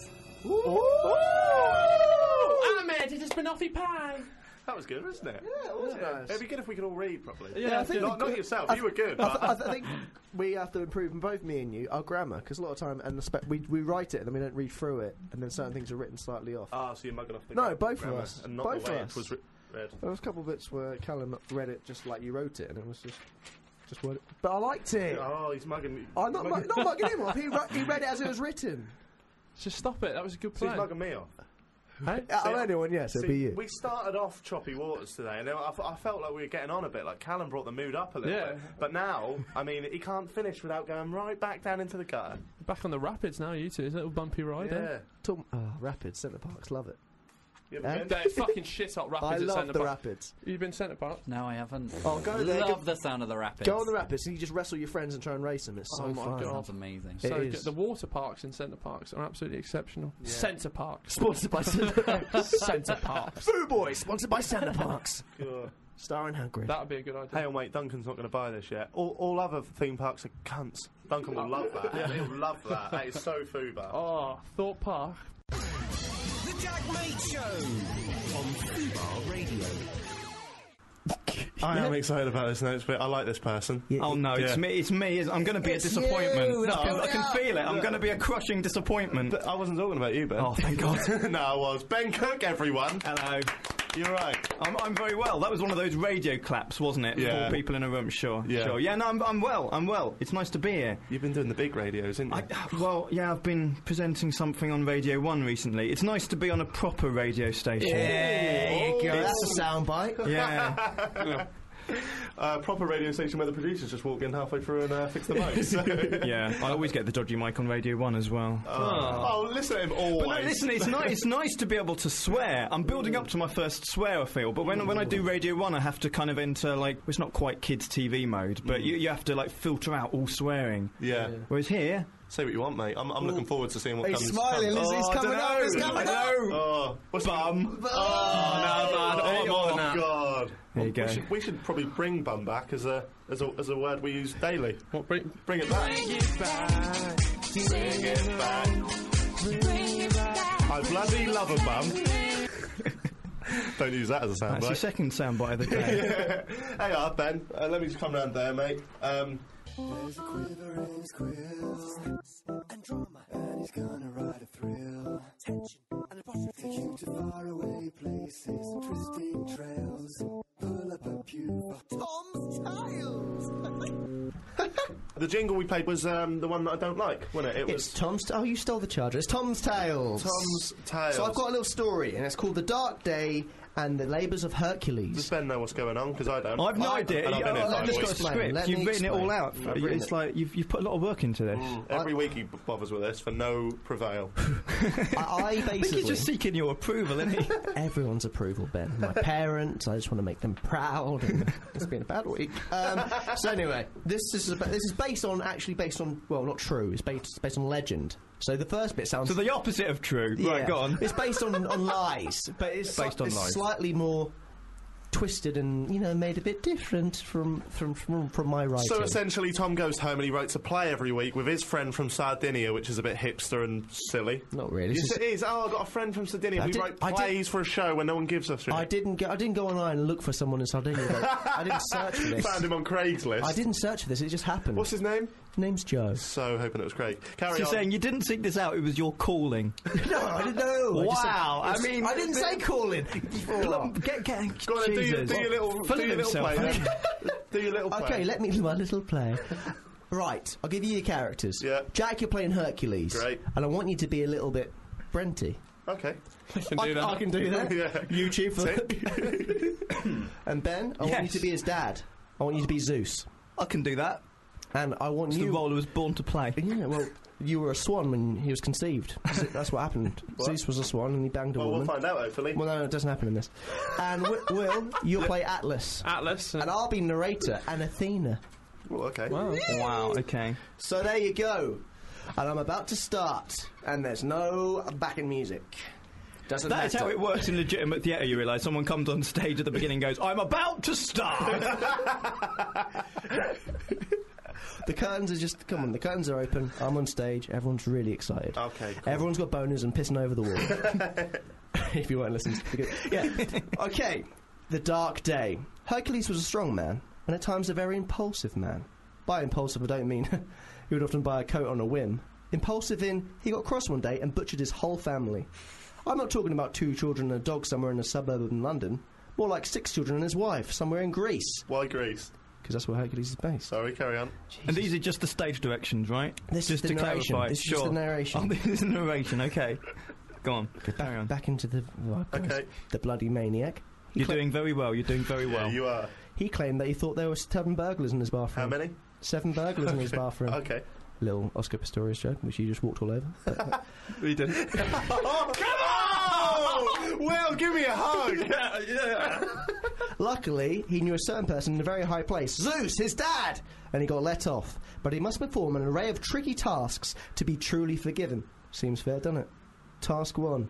Speaker 7: Ahmed, it is Banoffee Pie.
Speaker 2: That was good, wasn't it?
Speaker 4: Yeah, it was nice.
Speaker 2: It'd be good if we could all read properly.
Speaker 7: Yeah, I
Speaker 4: think
Speaker 2: not,
Speaker 4: we
Speaker 2: not
Speaker 4: could-
Speaker 2: yourself.
Speaker 4: I
Speaker 2: you were good.
Speaker 4: I, th- I,
Speaker 2: but-
Speaker 4: th- I think we have to improve, and both me and you, our grammar, because a lot of time, and the spe- we, we write it and then we don't read through it, and then certain things are written slightly off.
Speaker 2: Ah, so you're mugging off the
Speaker 4: No,
Speaker 2: gra-
Speaker 4: both of
Speaker 2: grammar
Speaker 4: us.
Speaker 2: And not
Speaker 4: Both
Speaker 2: the way
Speaker 4: of
Speaker 2: it was
Speaker 4: us.
Speaker 2: re- read.
Speaker 4: there was a couple of bits where Callum read it just like you wrote it, and it was just just what. It, but I liked it.
Speaker 2: Oh, he's mugging.
Speaker 4: I'm not, mu-
Speaker 2: mugging,
Speaker 4: not mugging him off. He, wrote- he read it as it was written.
Speaker 7: Just stop it. That was a good
Speaker 2: so
Speaker 7: play.
Speaker 2: he's mugging me off.
Speaker 4: Yeah, I'm anyone, yes, it'd be
Speaker 2: See,
Speaker 4: you.
Speaker 2: we started off choppy waters today, and then I, f- I felt like we were getting on a bit. Like Callum brought the mood up a little
Speaker 7: Yeah.
Speaker 2: bit, but now, I mean, he can't finish without going right back down into the gutter.
Speaker 7: Back on the rapids now, you two. It's a little bumpy ride. eh?
Speaker 2: Yeah,
Speaker 4: Tom, oh, Rapids, Centre Parks, love it.
Speaker 2: You ever been?
Speaker 7: That fucking shit up rapids
Speaker 4: I
Speaker 7: at
Speaker 4: love
Speaker 7: Centre
Speaker 4: the
Speaker 7: Park.
Speaker 4: rapids.
Speaker 7: You've been Centre Park?
Speaker 6: No, I haven't.
Speaker 4: Oh, go there,
Speaker 6: Love
Speaker 4: go-
Speaker 6: the sound of the rapids.
Speaker 4: Go on the rapids and you just wrestle your friends and try and race them. It's so
Speaker 7: Oh my
Speaker 4: fun.
Speaker 7: God.
Speaker 6: That's amazing.
Speaker 4: It
Speaker 7: so
Speaker 4: is.
Speaker 7: good. the water parks in Centre Parks are absolutely exceptional. Centre Parks.
Speaker 9: Sponsored by Centre
Speaker 7: Centre Parks.
Speaker 9: Foo Boy, sponsored by Centre Parks.
Speaker 2: Sure.
Speaker 4: Starring Hagrid.
Speaker 7: That would be a good idea.
Speaker 2: Hey, wait, Duncan's not going to buy this yet. All, all other theme parks are cunts. Duncan will love that. He'll love that. That is so fuba.
Speaker 7: Oh, Thorpe Park.
Speaker 1: The Jack Mate Show on Fubar Radio.
Speaker 2: I am excited about this next bit. I like this person.
Speaker 5: Oh no, it's
Speaker 2: Yeah.
Speaker 5: me. It's me. It's, I'm going to be a disappointment.
Speaker 4: you,
Speaker 5: no,
Speaker 4: it's
Speaker 5: I
Speaker 4: built
Speaker 5: can
Speaker 4: up.
Speaker 5: feel it. I'm going to be a crushing disappointment.
Speaker 2: I wasn't talking about you, Ben.
Speaker 5: Oh, thank God.
Speaker 2: no, I was. Ben Cook, everyone.
Speaker 5: Hello.
Speaker 2: You're right.
Speaker 5: I'm, I'm very well. That was one of those radio claps, wasn't it?
Speaker 2: Yeah.
Speaker 5: Four people in a room. Sure.
Speaker 2: Yeah.
Speaker 5: Sure. Yeah. No, I'm, I'm well. I'm well. It's nice to be here.
Speaker 2: You've been doing the big radios, haven't you?
Speaker 5: I, uh, well, yeah, I've been presenting something on Radio One recently. It's nice to be on a proper radio station.
Speaker 4: there you go. That's a soundbite.
Speaker 5: Yeah.
Speaker 2: uh, proper radio station where the producers just walk in halfway through and uh, fix the mic. so-
Speaker 5: yeah. I always get the dodgy mic on Radio One as well.
Speaker 2: Oh, listen to him always.
Speaker 5: But no, listen, it's nice. It's nice to be able to swear. I'm building up to my first swear, I feel. But when when I do Radio One, I have to kind of enter like it's not quite kids TV mode, but you, you have to like filter out all swearing.
Speaker 2: Mm. Yeah.
Speaker 5: Whereas here,
Speaker 2: Say what you want, mate. I'm, I'm looking forward to seeing what
Speaker 4: He's
Speaker 2: comes.
Speaker 4: smiling. He's- he's
Speaker 5: Oh, I
Speaker 4: coming
Speaker 5: dunno.
Speaker 4: up. He's coming up.
Speaker 2: Oh, what's bum? Oh,
Speaker 5: no,
Speaker 2: no,
Speaker 5: bad.
Speaker 2: man.
Speaker 5: Hey,
Speaker 2: Oh,
Speaker 5: on
Speaker 2: my
Speaker 5: that.
Speaker 2: God.
Speaker 5: There
Speaker 2: We
Speaker 5: you go.
Speaker 2: should, we should probably bring bum back as a, as a, as a word we use daily.
Speaker 7: What, bring,
Speaker 2: Bring it back. Bring it back. Bring it back. I bloody love a bum. Don't use that as a
Speaker 5: that's your
Speaker 2: soundbite.
Speaker 5: second soundbite of the day.
Speaker 2: Hang on, Ben. Uh, let me just come round there, mate. Um,
Speaker 10: There's a quiver in his quills and drama, and he's gonna ride a thrill. Tension and apostrophe. Take him to faraway places, twisting trails. Pull up a pew for Tom's Tiles.
Speaker 2: the jingle we played was um, the one that I don't like, wasn't it? It
Speaker 4: It's
Speaker 2: was
Speaker 4: Tom's. Oh, you stole the charger. It's Tom's Tales.
Speaker 2: Tom's Tales.
Speaker 4: So I've got a little story, and it's called The Dark Day and the Labours of
Speaker 2: Does
Speaker 4: Hercules.
Speaker 2: Ben know what's going on? Because I don't.
Speaker 5: I've no
Speaker 4: I-
Speaker 5: idea.
Speaker 2: and I've been
Speaker 5: You-
Speaker 2: here
Speaker 5: I've
Speaker 2: five
Speaker 5: just got a
Speaker 2: weeks.
Speaker 5: script.
Speaker 4: Explain, let me
Speaker 5: You've written it all
Speaker 4: explain.
Speaker 5: out.
Speaker 4: I've written
Speaker 5: It's
Speaker 4: it.
Speaker 5: like you've you've put a lot of work into this.
Speaker 2: Mm, Every week he b- bothers with us for no prevail.
Speaker 4: I, I basically.
Speaker 5: I think he's just seeking your approval, isn't he?
Speaker 4: everyone's approval, Ben. My parents, I just want to make them proud. And it's been a bad week. Um, so anyway, this is about, this is based on actually based on well, not true. It's based it's based on legend. So the first bit sounds
Speaker 5: so the opposite of true. Right,
Speaker 4: Yeah.
Speaker 5: go on.
Speaker 4: It's based on, on lies, but it's
Speaker 5: Based on
Speaker 4: it's
Speaker 5: lies.
Speaker 4: slightly more twisted and you know made a bit different from from from, from my writing.
Speaker 2: so essentially, Tom goes home and he writes a play every week with his friend from Sardinia, which is a bit hipster and silly.
Speaker 4: not really.
Speaker 2: Yes,
Speaker 4: It's
Speaker 2: it
Speaker 4: just-
Speaker 2: is. Oh, I got a friend from Sardinia
Speaker 4: I
Speaker 2: who
Speaker 4: did-
Speaker 2: wrote
Speaker 4: I did-
Speaker 2: plays for a show when no one gives a shit.
Speaker 4: I didn't go. I didn't go online and look for someone in Sardinia. though. I didn't search for this.
Speaker 2: Found him on Craigslist.
Speaker 4: I didn't search for this. It just happened.
Speaker 2: What's his name?
Speaker 4: name's Joe?
Speaker 2: So hoping it was Craig. Carry
Speaker 5: So
Speaker 2: on.
Speaker 5: saying you didn't seek this out. It was your calling.
Speaker 4: no, I didn't know. I just said-
Speaker 5: wow. I, mean,
Speaker 4: I didn't say calling.
Speaker 5: Plum- get, get,
Speaker 2: Go on, then, do your,
Speaker 5: Jesus.
Speaker 2: do your little,
Speaker 5: Full
Speaker 2: do
Speaker 5: of
Speaker 2: your little
Speaker 5: himself.
Speaker 2: play then. do your little play.
Speaker 4: Okay, let me do my little play. right, I'll give you your characters.
Speaker 2: Yeah.
Speaker 4: Jack, you're playing Hercules.
Speaker 2: Great.
Speaker 4: And I want you to be a little bit Brenty.
Speaker 2: okay.
Speaker 7: can do that.
Speaker 4: I can do that.
Speaker 2: Yeah.
Speaker 4: YouTube. and Ben, I want you
Speaker 5: Yes.
Speaker 4: to be his dad. I want you to be Zeus.
Speaker 5: I can do that.
Speaker 4: And I want
Speaker 5: It's
Speaker 4: you.
Speaker 5: the role I was born to play.
Speaker 4: Yeah, well, you were a swan when he was conceived. So That's what happened. Zeus was a swan and he banged a
Speaker 2: Well, we'll
Speaker 4: woman.
Speaker 2: find out, hopefully.
Speaker 4: well, no, it doesn't happen in this. And Wi- Will, you'll play Atlas.
Speaker 7: Atlas. uh, And
Speaker 4: And I'll be narrator and Athena.
Speaker 2: Well, okay.
Speaker 5: Wow. Okay.
Speaker 4: So there you go. And I'm about to start, and there's no backing music. Doesn't
Speaker 5: That is
Speaker 4: matter.
Speaker 5: how it works in legitimate theatre. You realise someone comes on stage at the beginning, and goes, "I'm about to start."
Speaker 4: The curtains are just come on. The curtains are open. I'm on stage. Everyone's really excited.
Speaker 2: Okay, cool.
Speaker 4: Everyone's got boners and pissing over the wall. if you won't listen, to the good. yeah. Okay. The dark day. Hercules was a strong man, and at times a very impulsive man. By impulsive, I don't mean he would often buy a coat on a whim. Impulsive in he got cross one day and butchered his whole family. I'm not talking about two children and a dog somewhere in a suburb of London. More like six children and his wife somewhere in Greece,
Speaker 2: Why Greece?
Speaker 4: because that's where Hercules is based.
Speaker 2: Sorry, carry on.
Speaker 5: and these are just the stage directions, right?
Speaker 4: This
Speaker 5: just
Speaker 4: is
Speaker 5: to
Speaker 4: the narration.
Speaker 5: clarify.
Speaker 4: This is
Speaker 5: sure.
Speaker 4: just the narration.
Speaker 5: Oh, this is the narration. Okay. Go on. Carry on.
Speaker 4: Back into the oh, God,
Speaker 2: Okay.
Speaker 4: the bloody maniac. He,
Speaker 5: You're
Speaker 4: cla-
Speaker 5: doing very well. You're doing very
Speaker 2: Yeah,
Speaker 5: well.
Speaker 2: you are.
Speaker 4: he claimed that he thought there were seven burglars in his bathroom.
Speaker 2: How many?
Speaker 4: Seven burglars in his bathroom.
Speaker 2: Okay.
Speaker 4: Little Oscar Pistorius joke, which you just walked all over. But-
Speaker 2: We did. oh, come Will, Will, give me a hug. yeah, yeah.
Speaker 4: Luckily, he knew a certain person in a very high place, Zeus, his dad, and he got let off. But he must perform an array of tricky tasks to be truly forgiven. Seems fair, doesn't it? Task one.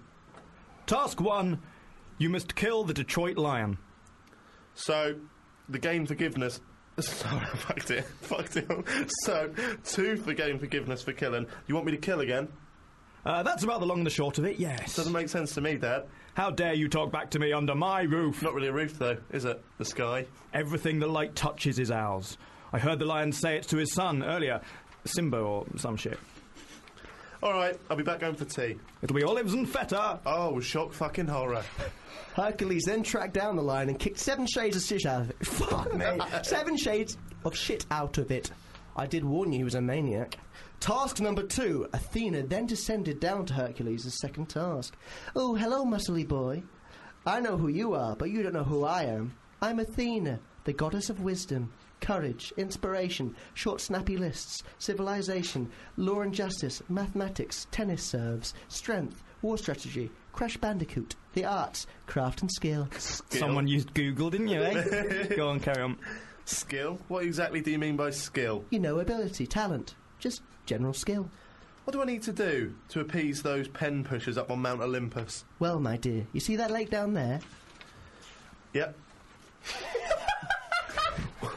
Speaker 11: Task one you must kill the Detroit Lion.
Speaker 2: So, the game forgiveness. Sorry, I fucked it. Fucked it up. So, two for game forgiveness for killing. You want me to kill again?
Speaker 11: Uh, that's about the long and the short of it, yes.
Speaker 2: Doesn't make sense to me, Dad.
Speaker 11: How dare you talk back to me under my roof?
Speaker 2: Not really a roof, though, is it? The sky.
Speaker 11: Everything the light touches is ours. I heard the lion say it to his son earlier. Simbo or some shit.
Speaker 2: All right, I'll be back home for tea.
Speaker 11: It'll be olives and feta.
Speaker 2: Oh, shock fucking horror.
Speaker 4: Hercules then tracked down the lion and kicked seven shades of shit out of it. Fuck me. seven shades of shit out of it. I did warn you he was a maniac. Task number two. Athena then descended down to Hercules' second task. Oh, hello, muscly boy. I know who you are, but you don't know who I am. I'm Athena, the goddess of wisdom, courage, inspiration, short, snappy lists, civilization, law and justice, mathematics, tennis serves, strength, war strategy, Crash Bandicoot, the arts, craft and skill.
Speaker 11: Someone used Google, didn't you, eh? Go on, carry on.
Speaker 2: Skill? What exactly do you mean by skill?
Speaker 4: You know, ability, talent, just general skill.
Speaker 2: What do I need to do to appease those pen pushers up on Mount Olympus?
Speaker 4: Well, my dear, you see that lake down there?
Speaker 2: Yep.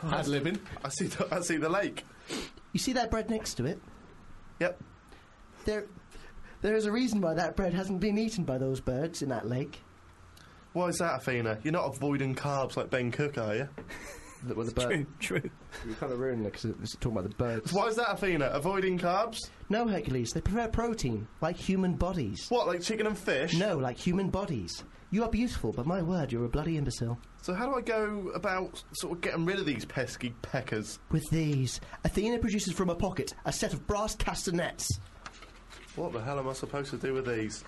Speaker 2: How's living? I see. The, I see the lake.
Speaker 4: You see that bread next to it?
Speaker 2: Yep.
Speaker 4: There, there is a reason why that bread hasn't been eaten by those birds in that lake.
Speaker 2: Why is that, Athena? You're not avoiding carbs like Ben Cook, are you?
Speaker 4: That were the
Speaker 11: True, true.
Speaker 4: You kind of ruined it because it's talking about the birds.
Speaker 2: Why is that, Athena? Avoiding carbs?
Speaker 4: No, Hercules, they prefer protein, like human bodies.
Speaker 2: What, like chicken and fish?
Speaker 4: No, like human bodies. You are beautiful, but my word, you're a bloody imbecile.
Speaker 2: So how do I go about sort of getting rid of these pesky peckers?
Speaker 4: With these, Athena produces from her pocket a set of brass castanets.
Speaker 2: What the hell am I supposed to do with these?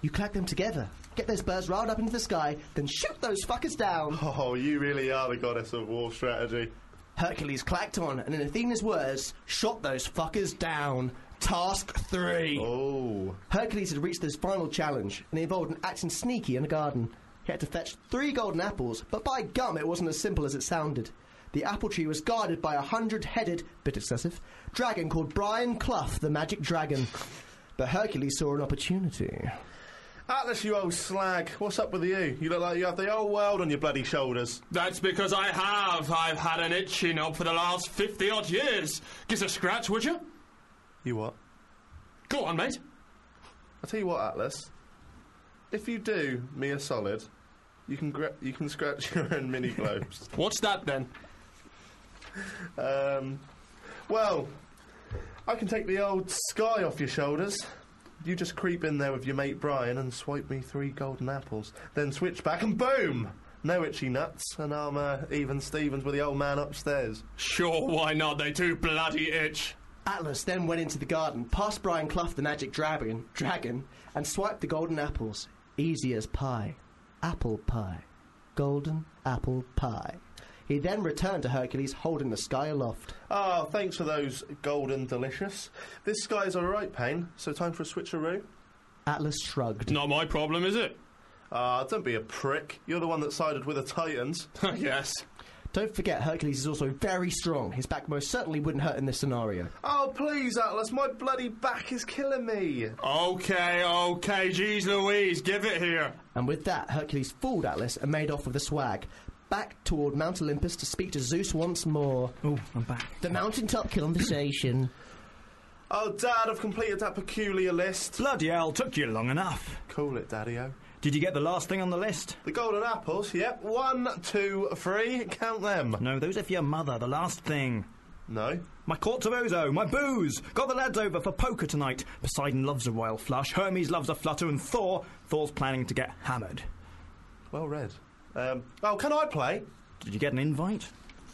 Speaker 4: You clack them together, get those birds riled up into the sky, then shoot those fuckers down.
Speaker 2: Oh, you really are the goddess of war strategy.
Speaker 4: Hercules clacked on, and in Athena's words, shot those fuckers down. Task three.
Speaker 2: Oh,
Speaker 4: Hercules had reached his final challenge, and it involved an acting sneaky in a garden. He had to fetch three golden apples, but by gum, it wasn't as simple as it sounded. The apple tree was guarded by a hundred headed, bit excessive, dragon called Brian Clough, the magic dragon. But Hercules saw an opportunity.
Speaker 2: Atlas, you old slag! What's up with you? You look like you have the whole world on your bloody shoulders.
Speaker 7: That's because I have. I've had an itchy knob for the last 50 odd years. Gives a scratch, would you?
Speaker 2: You what?
Speaker 7: Go on, mate.
Speaker 2: I tell you what, Atlas. If you do me a solid, you can gra- you can scratch your own mini globes.
Speaker 7: What's that then?
Speaker 2: um, well, I can take the old sky off your shoulders. You just creep in there with your mate Brian and swipe me three golden apples. Then switch back and boom! No itchy nuts, and I'm uh, even Stevens with the old man upstairs.
Speaker 7: Sure, why not? They do bloody itch.
Speaker 4: Atlas then went into the garden, past Brian Clough, the magic dragon, dragon, and swiped the golden apples. Easy as pie. Apple pie. Golden apple pie. He then returned to Hercules holding the sky aloft.
Speaker 2: Ah, thanks for those golden delicious. This sky's alright, Payne, so time for a switcheroo.
Speaker 4: Atlas shrugged.
Speaker 7: Not my problem, is it?
Speaker 2: Ah, don't be a prick. You're the one that sided with the Titans.
Speaker 7: yes.
Speaker 4: Don't forget, Hercules is also very strong. His back most certainly wouldn't hurt in this scenario.
Speaker 2: Oh, please, Atlas, my bloody back is killing me.
Speaker 7: Okay, okay. Jeez Louise, give it here.
Speaker 4: And with that, Hercules fooled Atlas and made off with the swag. Back toward Mount Olympus to speak to Zeus once more.
Speaker 11: Oh, I'm back.
Speaker 4: The mountaintop conversation.
Speaker 2: Oh, Dad, I've completed that peculiar list.
Speaker 11: Bloody hell, took you long enough.
Speaker 2: Cool it, Daddy-o.
Speaker 11: Did you get the last thing on the list?
Speaker 2: The golden apples, yep. One, two, three. Count them.
Speaker 11: No, those are for your mother, the last thing.
Speaker 2: No.
Speaker 11: My court of Ozo, my booze! Got the lads over for poker tonight. Poseidon loves a wild flush, Hermes loves a flutter, and Thor, Thor's planning to get hammered.
Speaker 2: Well read. Um, oh, can I play?
Speaker 11: Did you get an invite?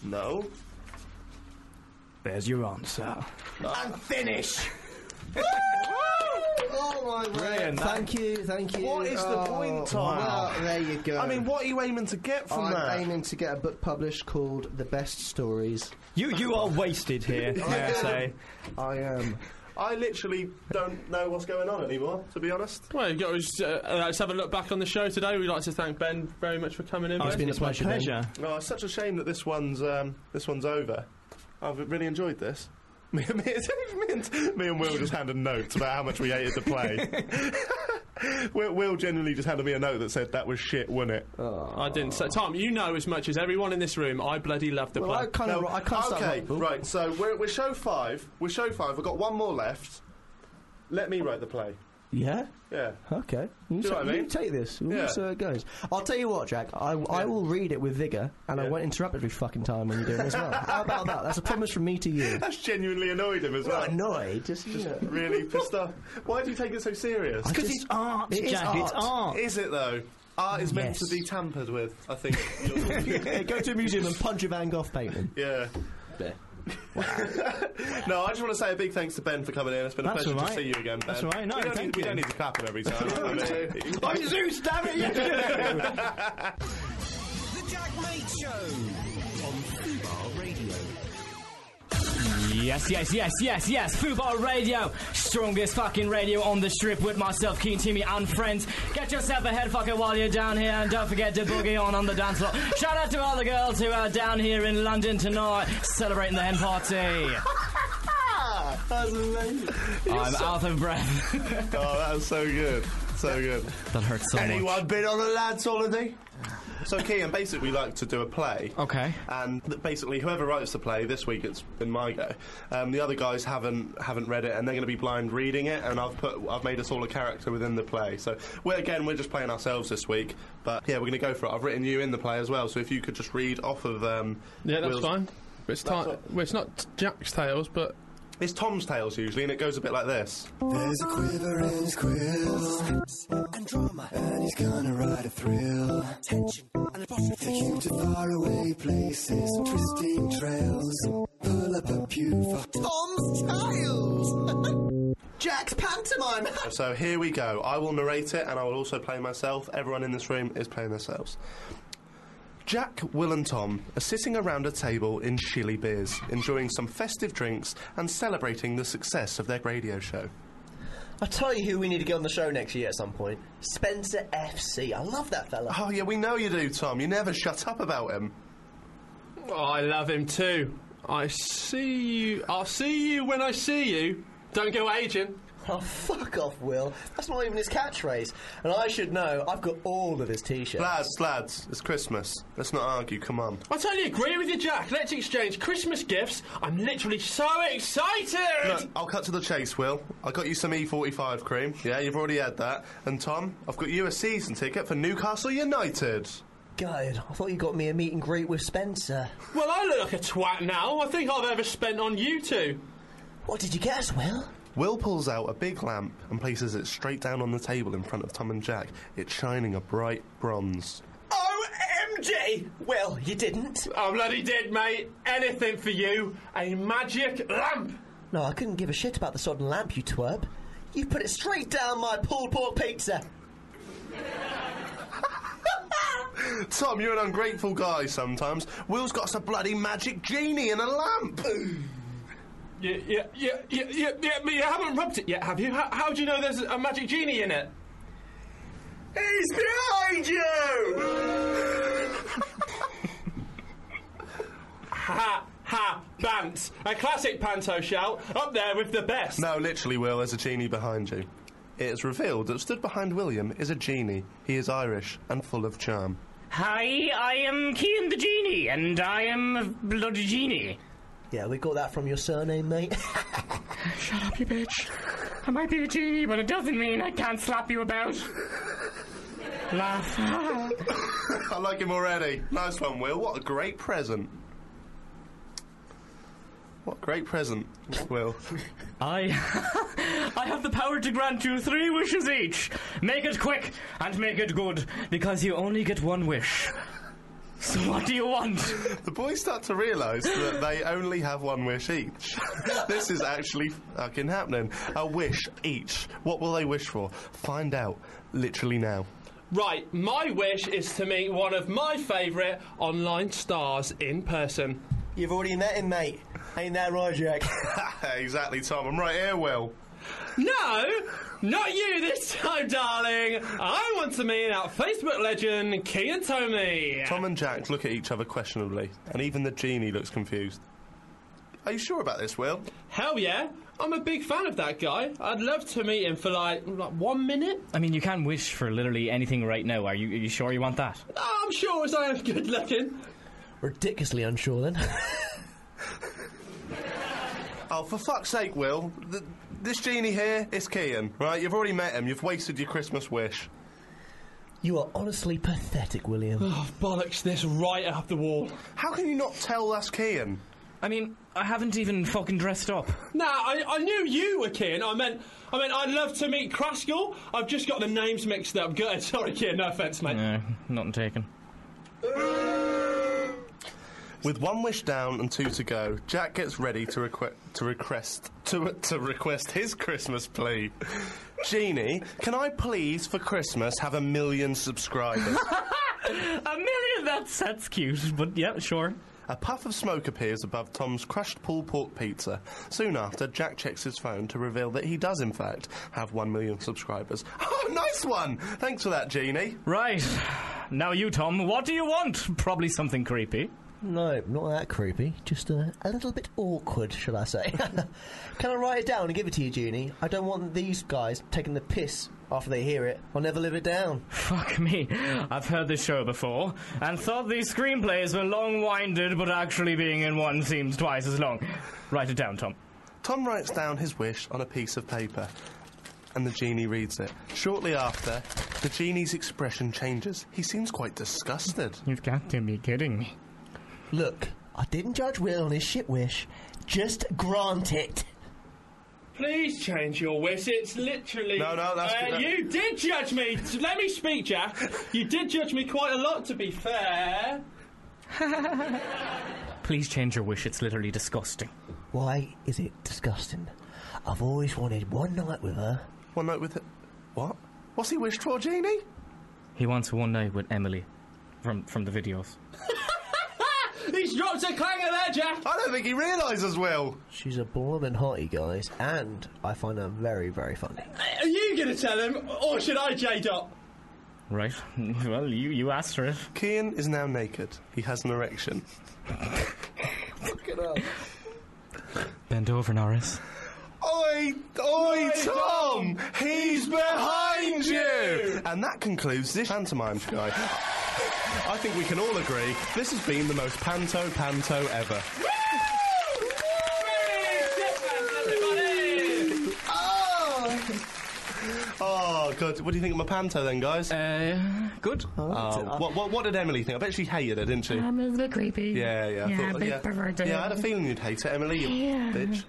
Speaker 2: No.
Speaker 11: There's your answer.
Speaker 2: And finish.
Speaker 4: Oh my
Speaker 11: Brilliant.
Speaker 4: Thank you, thank you.
Speaker 2: What is the
Speaker 4: Oh,
Speaker 2: point, Tom?
Speaker 4: Well, there you go.
Speaker 2: I mean, what are you aiming to get from
Speaker 4: I'm
Speaker 2: that?
Speaker 4: aiming to get a book published called The Best Stories.
Speaker 11: Oh, You you are wasted here, may I say.
Speaker 4: I am.
Speaker 2: I literally don't know what's going on anymore, to be honest.
Speaker 7: Well, you've got to just, uh, uh, let's have a look back on the show today. We'd like to thank Ben very much for coming in.
Speaker 2: Oh, it's been a
Speaker 7: It's my
Speaker 2: pleasure, Ben. Oh, it's such a shame that this one's um, this one's over. I've really enjoyed this. Me, me, me and, me and Will just handed notes about how much we hated the play. Will, Will genuinely just handed me a note that said that was shit, wasn't it?
Speaker 4: Oh.
Speaker 7: I didn't. So, Tom, you know as much as everyone in this room. I bloody love the play.
Speaker 2: No, Okay, right. So we're, we're show five. We're show five. We've got one more left. Let me write the play.
Speaker 4: Yeah.
Speaker 2: Yeah.
Speaker 4: Okay.
Speaker 2: Do
Speaker 4: You,
Speaker 2: you know
Speaker 4: ta-
Speaker 2: what I mean?
Speaker 4: you take this. We'll
Speaker 2: Yeah.
Speaker 4: see how it goes. I'll tell you what, Jack. I, I will read it with vigour, and I won't interrupt every fucking time when you're doing it as well. How about that? That's a promise from me to you.
Speaker 2: That's genuinely annoyed him as well.
Speaker 4: Not annoyed, just, you know.
Speaker 2: really pissed off. Why do you take it so serious?
Speaker 4: I 'Cause just- it's art, it is Jack, it's art. art.
Speaker 2: Is it though? Art is meant
Speaker 4: Yes.
Speaker 2: to be tampered with. I think.
Speaker 4: Yeah, Go to a museum and punch a Van Gogh painting.
Speaker 2: yeah. no, I just want to say a big thanks to Ben for coming in. It's been a
Speaker 4: That's
Speaker 2: pleasure
Speaker 4: all right.
Speaker 2: to see you again, Ben.
Speaker 4: That's all right. No,
Speaker 2: we don't, need,
Speaker 4: thank
Speaker 2: we
Speaker 4: you.
Speaker 2: don't need to clap him every time. I mean,
Speaker 11: I'm Zeus, damn it! yeah.
Speaker 1: The Jack Mate Show on Fubar Radio.
Speaker 12: Yes, yes, yes, yes, yes. Football radio. Strongest fucking radio on the strip with myself, Keen Timmy, and friends. Get yourself a head fucker while you're down here and don't forget to boogie on on the dance floor. Shout out to all the girls who are down here in London tonight celebrating the hen party.
Speaker 4: That's amazing.
Speaker 12: I'm out of breath.
Speaker 2: oh, that was so good. So good.
Speaker 12: That hurts so much.
Speaker 2: Anyone been on a lads holiday? So, Kean, basically, we like to do a play.
Speaker 12: Okay.
Speaker 2: And th- basically, whoever writes the play this week, it's been my go. Um, the other guys haven't haven't read it, and they're going to be blind reading it. And I've put I've made us all a character within the play. So we're again we're just playing ourselves this week. But yeah, we're going to go for it. I've written you in the play as well. So if you could just read off of um,
Speaker 7: Yeah, that's
Speaker 2: Will's-
Speaker 7: fine. But It's
Speaker 2: That's
Speaker 7: ti-
Speaker 2: all.
Speaker 7: well, it's not Jack's tales, but
Speaker 2: It's Tom's tales usually, and it goes a bit like this.
Speaker 10: There's a quiver in his quill and drama, and he's gonna ride a thrill. Tension and apostrophe take you to faraway places, twisting trails. Pull up a pew for Tom's child.
Speaker 4: Jack's pantomime.
Speaker 2: So here we go. I will narrate it and I will also play myself. Everyone in this room is playing themselves. Jack, Will, and Tom are sitting around a table in Chili Beers, enjoying some festive drinks and celebrating the success of their radio show.
Speaker 4: I tell you who we need to get on the show next year at some point. Spencer FC. I love that fella.
Speaker 2: Oh, yeah, we know you do, Tom. You never shut up about him.
Speaker 7: Oh, I love him too. I see you. I'll see you when I see you. Don't go aging.
Speaker 4: Oh, fuck off, Will. That's not even his catchphrase. And I should know, I've got all of his t shirts.
Speaker 2: Lads, lads, it's Christmas. Let's not argue, come on.
Speaker 7: I totally agree with you, Jack. Let's exchange Christmas gifts. I'm literally so excited.
Speaker 2: Look, I'll cut to the chase, Will. I got you some E45 cream. Yeah, you've already had that. And Tom, I've got you a season ticket for Newcastle United.
Speaker 4: God, I thought you got me a meet and greet with Spencer.
Speaker 7: Well, I look like a twat now. I think I've ever spent on you two.
Speaker 4: What did you get us, Will?
Speaker 2: Will pulls out a big lamp and places it straight down on the table in front of Tom and Jack. It's shining a bright bronze.
Speaker 4: OMG! Well, you didn't.
Speaker 7: Oh, bloody did, mate. Anything for you. A magic lamp.
Speaker 4: No, I couldn't give a shit about the sodden lamp, you twerp. You put it straight down my pulled pork pizza.
Speaker 2: Tom, you're an ungrateful guy sometimes. Will's got us a bloody magic genie and a lamp.
Speaker 7: Yeah, yeah, yeah, yeah, yeah, yeah, but you haven't rubbed it yet, have you? How, how do you know there's a magic genie in it?
Speaker 2: He's behind you!
Speaker 7: Ha, ha, bant. A classic panto shout, up there with the best.
Speaker 2: no, literally, Will, there's a genie behind you. It is revealed that stood behind William is a genie. He is Irish and full of charm.
Speaker 12: Hi, I am Keen the Genie, and I am a bloody genie.
Speaker 4: Yeah, we got that from your surname, mate.
Speaker 12: Shut up, you bitch. I might be a genie, but it doesn't mean I can't slap you about. Laugh.
Speaker 2: I like him already. Nice one, Will. What a great present. What a great present, Will.
Speaker 12: I, I have the power to grant you three wishes each. Make it quick and make it good, because you only get one wish. So what do you want?
Speaker 2: The boys start to realise that they only have one wish each. this is actually fucking happening. A wish each. What will they wish for? Find out literally now.
Speaker 7: Right, my wish is to meet one of my favourite online stars in person.
Speaker 4: You've already met him, mate. Ain't that right, Jack?
Speaker 2: exactly, Tom. I'm right here, Will.
Speaker 7: No, not you this time, darling. I want to meet our Facebook legend, Keenan Tomey.
Speaker 2: Tom and Jack look at each other questionably, and even the genie looks confused. Are you sure about this, Will?
Speaker 7: Hell yeah. I'm a big fan of that guy. I'd love to meet him for like, like one minute.
Speaker 12: I mean, you can wish for literally anything right now. Are you, are you sure you want that?
Speaker 7: I'm sure as I am good looking.
Speaker 13: Ridiculously unsure then.
Speaker 2: Oh, for fuck's sake, Will. Th- this genie here is Kean, right? You've already met him. You've wasted your Christmas wish.
Speaker 13: you are honestly pathetic, William.
Speaker 7: Oh, bollocks this right up the wall.
Speaker 2: How can you not tell that's Kean?
Speaker 12: I mean, I haven't even fucking dressed up.
Speaker 7: Nah, I, I knew you were Kieran. I meant, I meant I'd love to meet Kraskell. I've just got the names mixed up. Good. Sorry, Kieran. No offence, mate.
Speaker 12: No, nothing taken.
Speaker 2: With one wish down and two to go, Jack gets ready to, requ- to request to, to request his Christmas plea. Genie, can I please for Christmas have a million subscribers?
Speaker 12: a million? That's, that's cute, but yeah, sure.
Speaker 2: A puff of smoke appears above Tom's crushed pulled pork pizza. Soon after, Jack checks his phone to reveal that he does, in fact, have one million subscribers. Oh, nice one! Thanks for that, Genie.
Speaker 12: Right. Now you, Tom, what do you want? Probably something creepy.
Speaker 13: No, not that creepy. Just a, a little bit awkward, shall I say. Can I write it down and give it to you, Junie? I don't want these guys taking the piss after they hear it. I'll never live it down.
Speaker 12: Fuck me. I've heard this show before and thought these screenplays were long winded, but actually being in one seems twice as long. Write it down, Tom.
Speaker 2: Tom writes down his wish on a piece of paper, and the genie reads it. Shortly after, the genie's expression changes. He seems quite disgusted.
Speaker 12: You've got to be kidding me.
Speaker 13: Look, I didn't judge Will on his shit wish. Just grant it.
Speaker 7: Please change your wish. It's literally.
Speaker 2: No, no, that's
Speaker 7: Uh,
Speaker 2: good.
Speaker 7: You did judge me. Let me speak, Jack. You did judge me quite a lot, to be fair.
Speaker 12: Please change your wish, it's literally disgusting.
Speaker 13: Why is it disgusting? I've always wanted one night with her.
Speaker 2: One night with it. What? What's he wished for, Genie?
Speaker 12: He wants one night with Emily from, from the videos.
Speaker 7: He's dropped a clanger there, Jack.
Speaker 2: I don't think he realises, Will.
Speaker 13: She's a bloomin' hottie, guys, and I find her very, very funny.
Speaker 7: Are you going to tell him, or should I, J Dot?
Speaker 12: Right. Well, you, you asked for it.
Speaker 2: Kean is now naked. He has an erection.
Speaker 12: Bend over, Norris.
Speaker 2: Oi, oi, Tom! He's behind you! And that concludes this pantomime, guy. I think we can all agree this has been the most panto panto ever. Oh, God. What do you think of my panto then, guys?
Speaker 12: Uh, good.
Speaker 2: Oh, what, what, what did Emily think? I bet she hated it, didn't she?
Speaker 14: Um, it was a bit creepy.
Speaker 2: yeah, yeah. I
Speaker 14: Yeah,
Speaker 2: thought-
Speaker 14: a bit perverted.
Speaker 2: yeah, I had a feeling you'd hate it, Emily, you
Speaker 14: Yeah.
Speaker 2: bitch.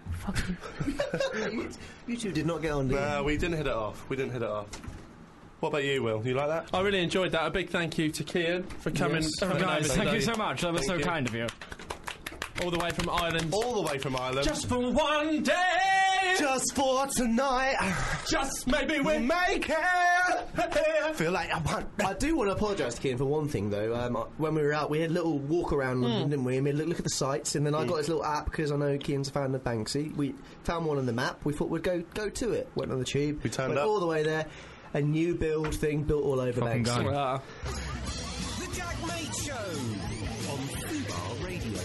Speaker 13: You two did not get on, did
Speaker 2: No, we didn't hit it off. We didn't hit it off. What about you, Will? You like that?
Speaker 7: I really enjoyed that. A big thank you to Kieran for coming.
Speaker 12: Yes.
Speaker 7: coming
Speaker 12: Guys,
Speaker 7: over
Speaker 12: thank
Speaker 7: today.
Speaker 12: you so much. That was
Speaker 7: Thank
Speaker 12: so
Speaker 7: you.
Speaker 12: kind of you.
Speaker 7: All the way from Ireland.
Speaker 2: All the way from Ireland.
Speaker 7: Just for one day.
Speaker 2: Just for tonight.
Speaker 7: Just maybe we'll
Speaker 2: make it. Feel like
Speaker 4: I do want to apologise to Kieran for one thing though. Um, I- when we were out, we had a little walk around
Speaker 7: Hmm.
Speaker 4: London, didn't we? And we look, look at the sights, and then I got this little app because I know Kieran's a fan of Banksy. We found one on the map. We thought we'd go go to it. Went on the tube. We
Speaker 2: turned
Speaker 4: went
Speaker 2: up.
Speaker 4: all the way there. A new build thing built all over
Speaker 12: Fucking
Speaker 4: Banksy.
Speaker 12: guy.
Speaker 1: The Jack Mate Show on Fubar Radio.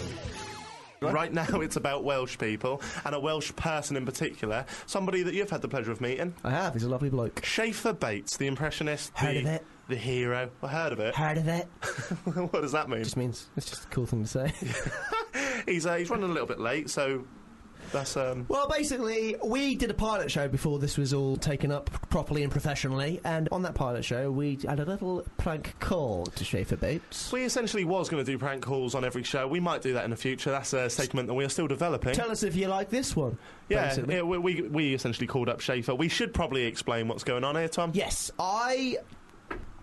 Speaker 2: Right now, it's about Welsh people and a Welsh person in particular. Somebody that you've had the pleasure of meeting,
Speaker 4: I have. He's a lovely bloke.
Speaker 2: Schaefer Bates, the impressionist,
Speaker 4: Heard
Speaker 2: the,
Speaker 4: of it.
Speaker 2: the hero. I heard of it.
Speaker 4: Heard of it?
Speaker 2: what does that mean?
Speaker 4: Just means it's just a cool thing to say.
Speaker 2: He's uh, he's running a little bit late, so that's um.
Speaker 4: Well, basically, we did a pilot show before this was all taken up properly and professionally, and on that pilot show, we had a little prank call to Schaefer Bates.
Speaker 2: We essentially was going to do prank calls on every show. We might do that in the future. That's a segment that we are still developing.
Speaker 4: Tell us if you like this one.
Speaker 2: yeah,
Speaker 4: basically.
Speaker 2: yeah, we, we we essentially called up Schaefer. We should probably explain what's going on here, Tom.
Speaker 4: Yes, I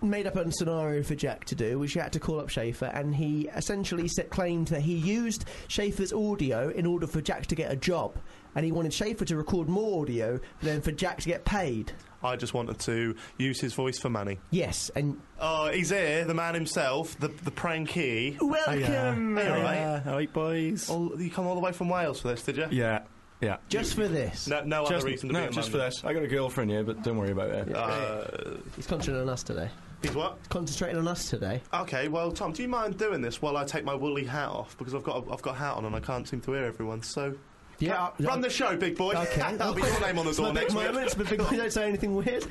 Speaker 4: made up a scenario for Jack to do, which he had to call up Schaefer, and he essentially said, claimed that he used Schaefer's audio in order for Jack to get a job, and he wanted Schaefer to record more audio than for Jack to get paid.
Speaker 2: I just wanted to use his voice for money.
Speaker 4: Yes, and
Speaker 2: oh, he's here, the man himself, the the pranky.
Speaker 4: Welcome.
Speaker 2: Hey, all right.
Speaker 4: Hiya.
Speaker 2: all right, boys. you come all the way from Wales for this, did you?
Speaker 11: Yeah, yeah.
Speaker 4: Just for this.
Speaker 2: No, no
Speaker 11: just,
Speaker 2: other reason to
Speaker 11: no,
Speaker 2: be Uh, in
Speaker 11: just for
Speaker 2: London.
Speaker 11: this. I got a girlfriend here, but don't worry about it.
Speaker 2: Uh,
Speaker 4: He's concentrating on us today.
Speaker 2: He's what?
Speaker 4: Concentrating on us today.
Speaker 2: Okay, well, Tom, do you mind doing this while I take my woolly hat off because I've got a, I've got a hat on and I can't seem to hear everyone. So,
Speaker 4: yeah,
Speaker 2: run the show, big boy.
Speaker 4: Okay,
Speaker 2: that'll be your name on the
Speaker 4: It's
Speaker 2: door
Speaker 4: my
Speaker 2: next
Speaker 4: big
Speaker 2: week.
Speaker 4: moment. It's my big- Don't say anything weird.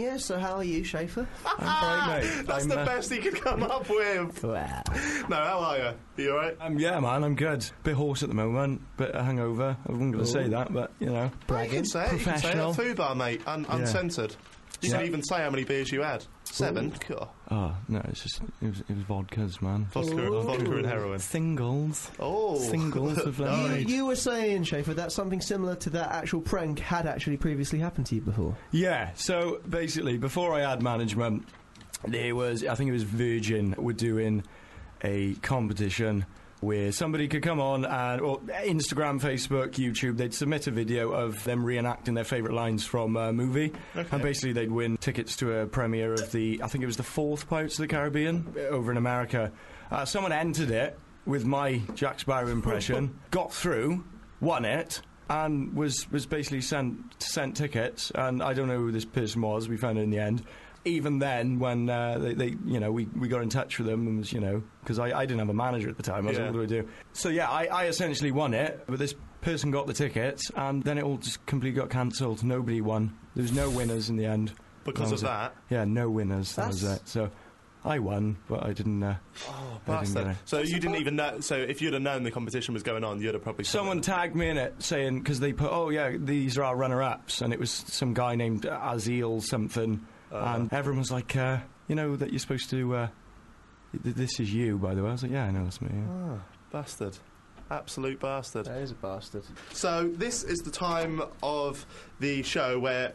Speaker 4: yeah. So how are you, Schaefer?
Speaker 2: Ah,
Speaker 11: mate.
Speaker 2: That's
Speaker 11: I'm,
Speaker 2: the
Speaker 11: uh,
Speaker 2: best he could come up with.
Speaker 4: Wow.
Speaker 2: No, how are you? You all right?
Speaker 11: Um, yeah, man, I'm good. Bit hoarse at the moment, bit hungover. I wasn't going to say
Speaker 2: Ooh.
Speaker 11: that, but you know,
Speaker 2: You can say it. You can say it
Speaker 11: professional.
Speaker 2: at Foo Bar, mate. Un-
Speaker 11: Yeah.
Speaker 2: Uncensored. You
Speaker 11: Yeah.
Speaker 2: can even say how many beers you had. Seven. Cool.
Speaker 11: Oh no, it's just it was, it was vodkas, man.
Speaker 2: Vodka and- Ooh. vodka and heroin.
Speaker 11: Singles.
Speaker 2: Oh,
Speaker 11: singles of lemonade.
Speaker 4: You, you were saying, Schaefer, that something similar to that actual prank had actually previously happened to you before.
Speaker 11: Yeah, so basically, before I had management, there was, I think it was Virgin, were doing a competition where somebody could come on and, well, Instagram, Facebook, YouTube, they'd submit a video of them reenacting their favourite lines from a movie. And basically, they'd win tickets to a premiere of the, I think it was the fourth Pirates of the Caribbean uh, over in America. Uh, someone entered it with my Jack Sparrow impression, got through, won it, and was, was basically sent sent tickets. And I don't know who this person was. We found out in the end. Even then, when uh, they, they, you know, we, we got in touch with them, and was, you know, because I, I didn't have a manager at the time. I was
Speaker 2: Yeah.
Speaker 11: all the way do. So yeah, I, I essentially won it, but this person got the tickets, and then it all just completely got cancelled. Nobody won. There was no winners in the end
Speaker 2: Because
Speaker 11: That
Speaker 2: of
Speaker 11: was it.
Speaker 2: that?
Speaker 11: Yeah, no winners. That was
Speaker 2: That's-
Speaker 11: it. So I won, but I didn't. Uh,
Speaker 2: Oh,
Speaker 11: I didn't get
Speaker 2: bastard.
Speaker 11: it.
Speaker 2: So you didn't even know. So if you'd have known the competition was going on, you'd have probably.
Speaker 11: Someone tagged me in it saying because they put, oh yeah, these are our runner-ups, and it was some guy named Azil something, and everyone was like, uh, you know that you're supposed to. Uh, th- this is you, by the way. I was like, yeah, I know that's me. yeah."
Speaker 2: Ah, bastard. Absolute bastard. That
Speaker 4: is a bastard.
Speaker 2: So this is the time of the show where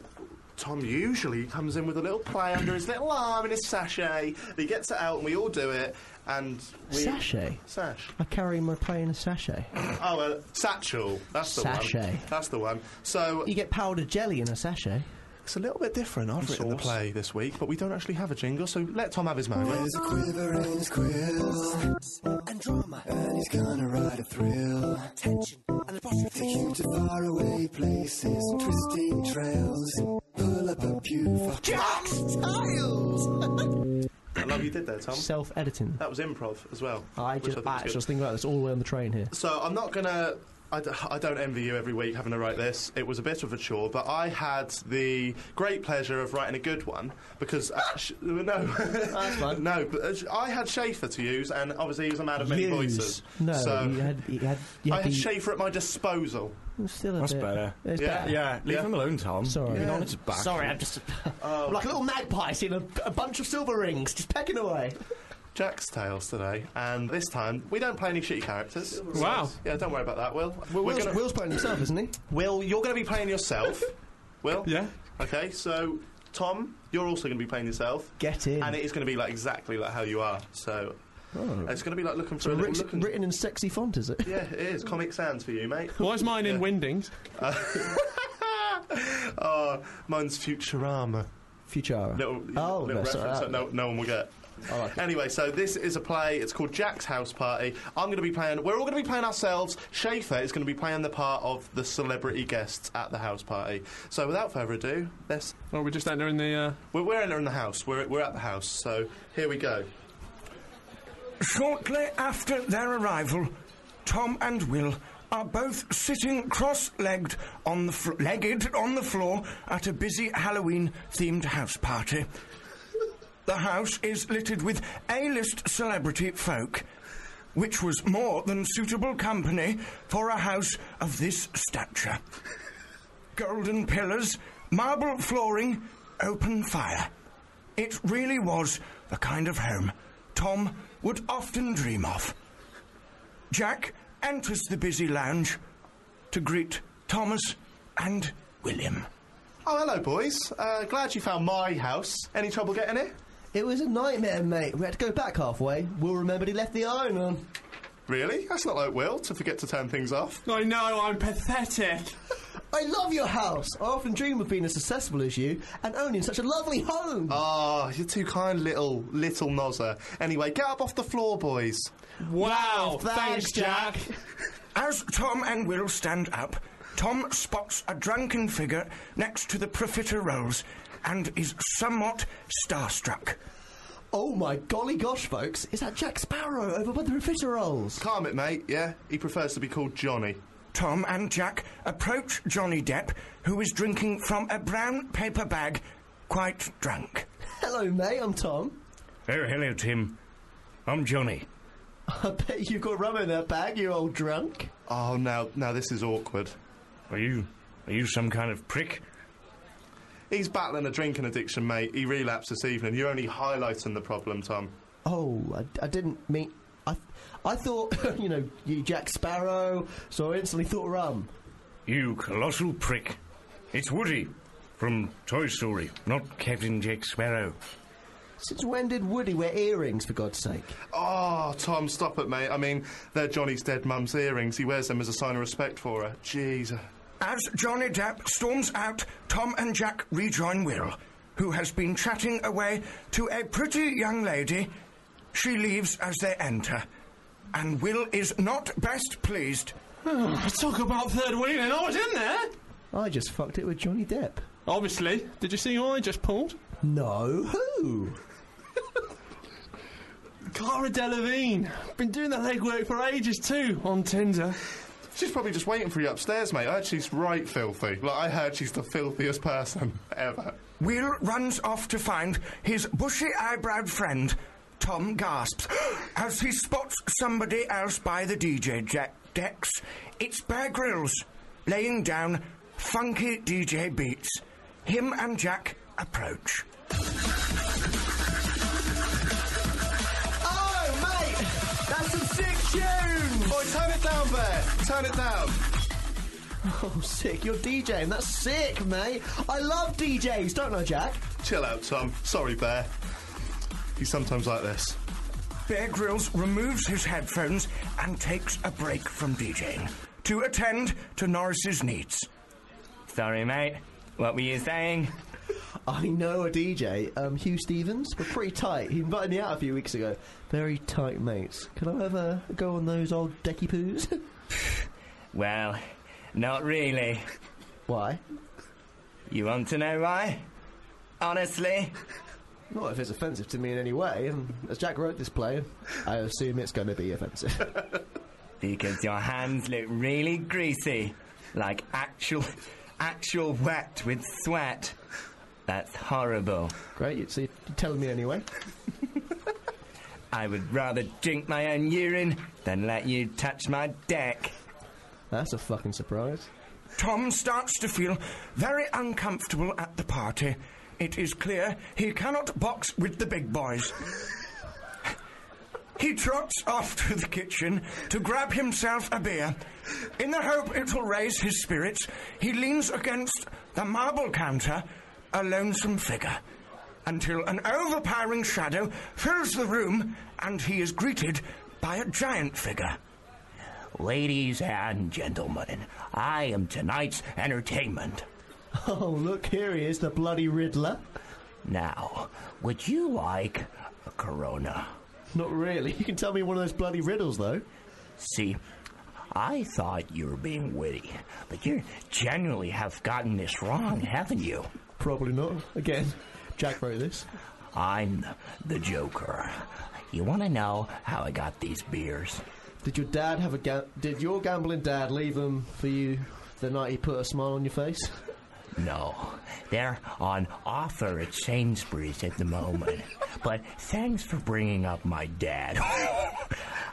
Speaker 2: Tom usually comes in with a little play under his little arm in his sachet. He gets it out and we all do it. And we
Speaker 4: Sachet?
Speaker 2: Sash.
Speaker 4: I carry my play in a sachet.
Speaker 2: Oh, well, satchel. That's the
Speaker 4: Sachet.
Speaker 2: one. That's the one. So
Speaker 4: You get powdered jelly in a sachet.
Speaker 2: It's a little bit different. I've written the play this week, but we don't actually have a jingle, so let Tom have his moment.
Speaker 10: There's a quiver in his quill and drama, and he's gonna ride a thrill. Tension and apostrophe take you to faraway places, twisting trails. Pull up a beautiful Jack's tiles.
Speaker 2: I love you did there, Tom.
Speaker 4: Self-editing.
Speaker 2: That was improv as well.
Speaker 4: I
Speaker 2: which
Speaker 4: just,
Speaker 2: think
Speaker 4: I,
Speaker 2: was good.
Speaker 4: actually was thinking about this all the way on the train here.
Speaker 2: So I'm not gonna. I, d- I don't envy you every week having to write this. It was a bit of a chore, but I had the great pleasure of writing a good one because uh, sh- no, no, but uh, sh- I had Schaefer to use, and obviously he was a man of many
Speaker 4: Use.
Speaker 2: voices.
Speaker 4: No,
Speaker 2: so
Speaker 4: you had, you had, you
Speaker 2: I
Speaker 4: had
Speaker 2: had
Speaker 4: the-
Speaker 2: Schaefer at my disposal.
Speaker 4: I'm still a
Speaker 11: That's
Speaker 4: bit-
Speaker 11: better.
Speaker 4: It's
Speaker 11: yeah,
Speaker 4: better.
Speaker 11: yeah. Leave
Speaker 4: Yeah.
Speaker 11: him alone, Tom.
Speaker 4: Sorry.
Speaker 11: You've gone on his back.
Speaker 4: Sorry, I'm just
Speaker 2: Oh.
Speaker 4: like a little magpie seeing a, a bunch of silver rings just pecking away.
Speaker 2: Jack's Tales today, and this time we don't play any shitty characters.
Speaker 4: Wow.
Speaker 2: So- yeah, don't worry about that, Will. We're
Speaker 4: Will's,
Speaker 2: gonna-
Speaker 4: Will's playing himself, isn't he?
Speaker 2: Will, you're going to be playing yourself. Will?
Speaker 11: Yeah.
Speaker 2: Okay, so Tom, you're also going to be playing yourself.
Speaker 4: Get in.
Speaker 2: And it is going to be like exactly like how you are. So
Speaker 4: Oh.
Speaker 2: it's going to be like looking for
Speaker 4: So
Speaker 2: a little
Speaker 4: writ-
Speaker 2: looking.
Speaker 4: written in sexy font, is it?
Speaker 2: yeah, it is. Comic Sans for you, mate.
Speaker 7: Why is mine in Windings?
Speaker 2: Oh, mine's Futurama.
Speaker 4: Futurama.
Speaker 2: Little,
Speaker 4: Oh,
Speaker 2: little
Speaker 4: no,
Speaker 2: reference
Speaker 4: sorry,
Speaker 2: that no, no one will get. Anyway, so this is a play. It's called Jack's House Party. I'm going to be playing. We're all going to be playing ourselves. Schaefer is going to be playing the part of the celebrity guests at the house party. So without further ado, let's.
Speaker 7: Or we're just entering the. Uh...
Speaker 2: We're, we're entering the house. We're we're at the house. So here we go.
Speaker 14: Shortly after their arrival, Tom and Will are both sitting cross-legged on the fl- legged on the floor at a busy Halloween-themed house party. The house is littered with A-list celebrity folk, which was more than suitable company for a house of this stature. Golden pillars, marble flooring, open fire. It really was the kind of home Tom would often dream of. Jack enters the busy lounge to greet Thomas and William.
Speaker 2: Oh, hello, boys. Uh, glad you found my house. Any trouble getting it?
Speaker 4: It was a nightmare, mate. We had to go back halfway. Will remembered he left the iron on.
Speaker 2: Really? That's not like Will to forget to turn things off.
Speaker 7: I know, I'm pathetic.
Speaker 4: I love your house. I often dream of being as successful as you and owning such a lovely home.
Speaker 2: Ah, you're too kind, little, little Nozzer. Anyway, get up off the floor, boys.
Speaker 7: Wow,
Speaker 2: thanks, Jack.
Speaker 14: As Tom and Will stand up, Tom spots a drunken figure next to the profiteroles and is somewhat starstruck.
Speaker 4: Oh my golly gosh, folks. Is that Jack Sparrow over by the profiteroles?
Speaker 2: Calm it, mate, yeah? He prefers to be called Johnny.
Speaker 14: Tom and Jack approach Johnny Depp, who is drinking from a brown paper bag, quite drunk.
Speaker 4: Hello, mate. I'm Tom.
Speaker 15: Oh, hello, Tim. I'm Johnny.
Speaker 4: I bet you've got rum in that bag, you old drunk.
Speaker 2: Oh, now, now this is awkward.
Speaker 15: Are you, are you some kind of prick?
Speaker 2: He's battling a drinking addiction, mate. He relapsed this evening. You're only highlighting the problem, Tom.
Speaker 4: Oh, I, I didn't mean. I, I thought, you know, you Jack Sparrow, so I instantly thought rum.
Speaker 15: You colossal prick. It's Woody from Toy Story, not Captain Jack Sparrow.
Speaker 4: Since when did Woody wear earrings, for God's sake?
Speaker 2: Oh, Tom, stop it, mate. I mean, they're Johnny's dead mum's earrings. He wears them as a sign of respect for her. Jeez.
Speaker 14: As Johnny Depp storms out, Tom and Jack rejoin Will, who has been chatting away to a pretty young lady. She leaves as they enter, and Will is not best pleased.
Speaker 7: Hmm, Talk about third wheeling. I was in there.
Speaker 4: I just fucked it with Johnny Depp.
Speaker 7: Obviously. Did you see who I just pulled?
Speaker 4: No. Who?
Speaker 7: Cara Delevingne. Been doing the legwork for ages too on Tinder.
Speaker 2: She's probably just waiting for you upstairs, mate. I heard she's right filthy. Like, I heard she's the filthiest person ever.
Speaker 14: Will runs off to find his bushy eyebrowed friend. Tom gasps as he spots somebody else by the DJ jack decks. It's Bear Grylls laying down funky DJ beats. Him and Jack approach.
Speaker 4: Oh, mate! That's some sick tunes!
Speaker 2: Boy, turn it down, Bear! Turn it down!
Speaker 4: Oh, sick. You're DJing. That's sick, mate. I love DJs, don't I, Jack?
Speaker 2: Chill out, Tom. Sorry, Bear. He's sometimes like this.
Speaker 14: Bear Grylls removes his headphones and takes a break from DJing to attend to Norris's needs.
Speaker 15: Sorry, mate. What were you saying?
Speaker 4: I know a DJ, um, Hugh Stevens. We're pretty tight. He invited me out a few weeks ago. Very tight mates. Can I ever go on those old decky poos?
Speaker 15: Well, not really.
Speaker 4: Why?
Speaker 15: You want to know why? Honestly?
Speaker 4: Not if it's offensive to me in any way. And as Jack wrote this play, I assume it's going to be offensive.
Speaker 15: Because your hands look really greasy. Like actual, actual wet with sweat. That's horrible.
Speaker 4: Great, you- so you're telling me anyway.
Speaker 15: I would rather drink my own urine than let you touch my dick.
Speaker 4: That's a fucking surprise.
Speaker 14: Tom starts to feel very uncomfortable at the party. It is clear he cannot box with the big boys. he trots off to the kitchen to grab himself a beer. In the hope it'll raise his spirits, he leans against the marble counter, a lonesome figure, until an overpowering shadow fills the room and he is greeted by a giant figure.
Speaker 16: Ladies and gentlemen, I am tonight's entertainment.
Speaker 4: Oh, look, here he is, the bloody Riddler.
Speaker 16: Now, would you like a Corona?
Speaker 4: Not really. You can tell me one of those bloody riddles, though.
Speaker 16: See, I thought you were being witty, but you generally have gotten this wrong, haven't you?
Speaker 4: Probably not. Again, Jack wrote this.
Speaker 16: I'm the Joker. You want to know how I got these beers?
Speaker 4: Did your dad have a ga- did your gambling dad leave them for you the night he put a smile on your face?
Speaker 16: No, they're on offer at Sainsbury's at the moment. but thanks for bringing up my dad.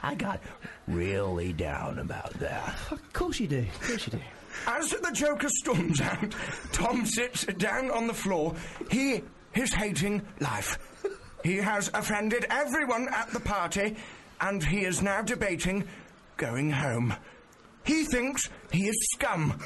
Speaker 16: I got really down about that.
Speaker 4: Of course you do. Of course you do.
Speaker 14: As the Joker storms out, Tom sits down on the floor. He is hating life. He has offended everyone at the party, and he is now debating going home. He thinks he is scum.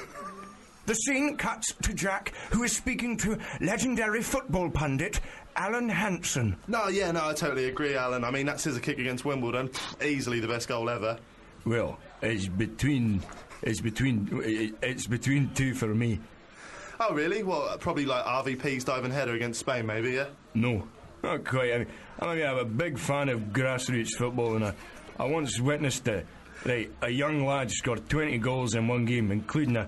Speaker 14: The scene cuts to Jack, who is speaking to legendary football pundit Alan Hansen.
Speaker 2: No, yeah, no, I totally agree, Alan. I mean, that scissor kick against Wimbledon, easily the best goal ever.
Speaker 17: Well, it's between, it's between, it's between two for me.
Speaker 2: Oh, really? Well, probably like RVP's diving header against Spain, maybe, yeah?
Speaker 17: No, not quite. I mean, I mean, I'm a big fan of grassroots football, and I, I once witnessed a, right, a young lad scored 20 goals in one game, including a,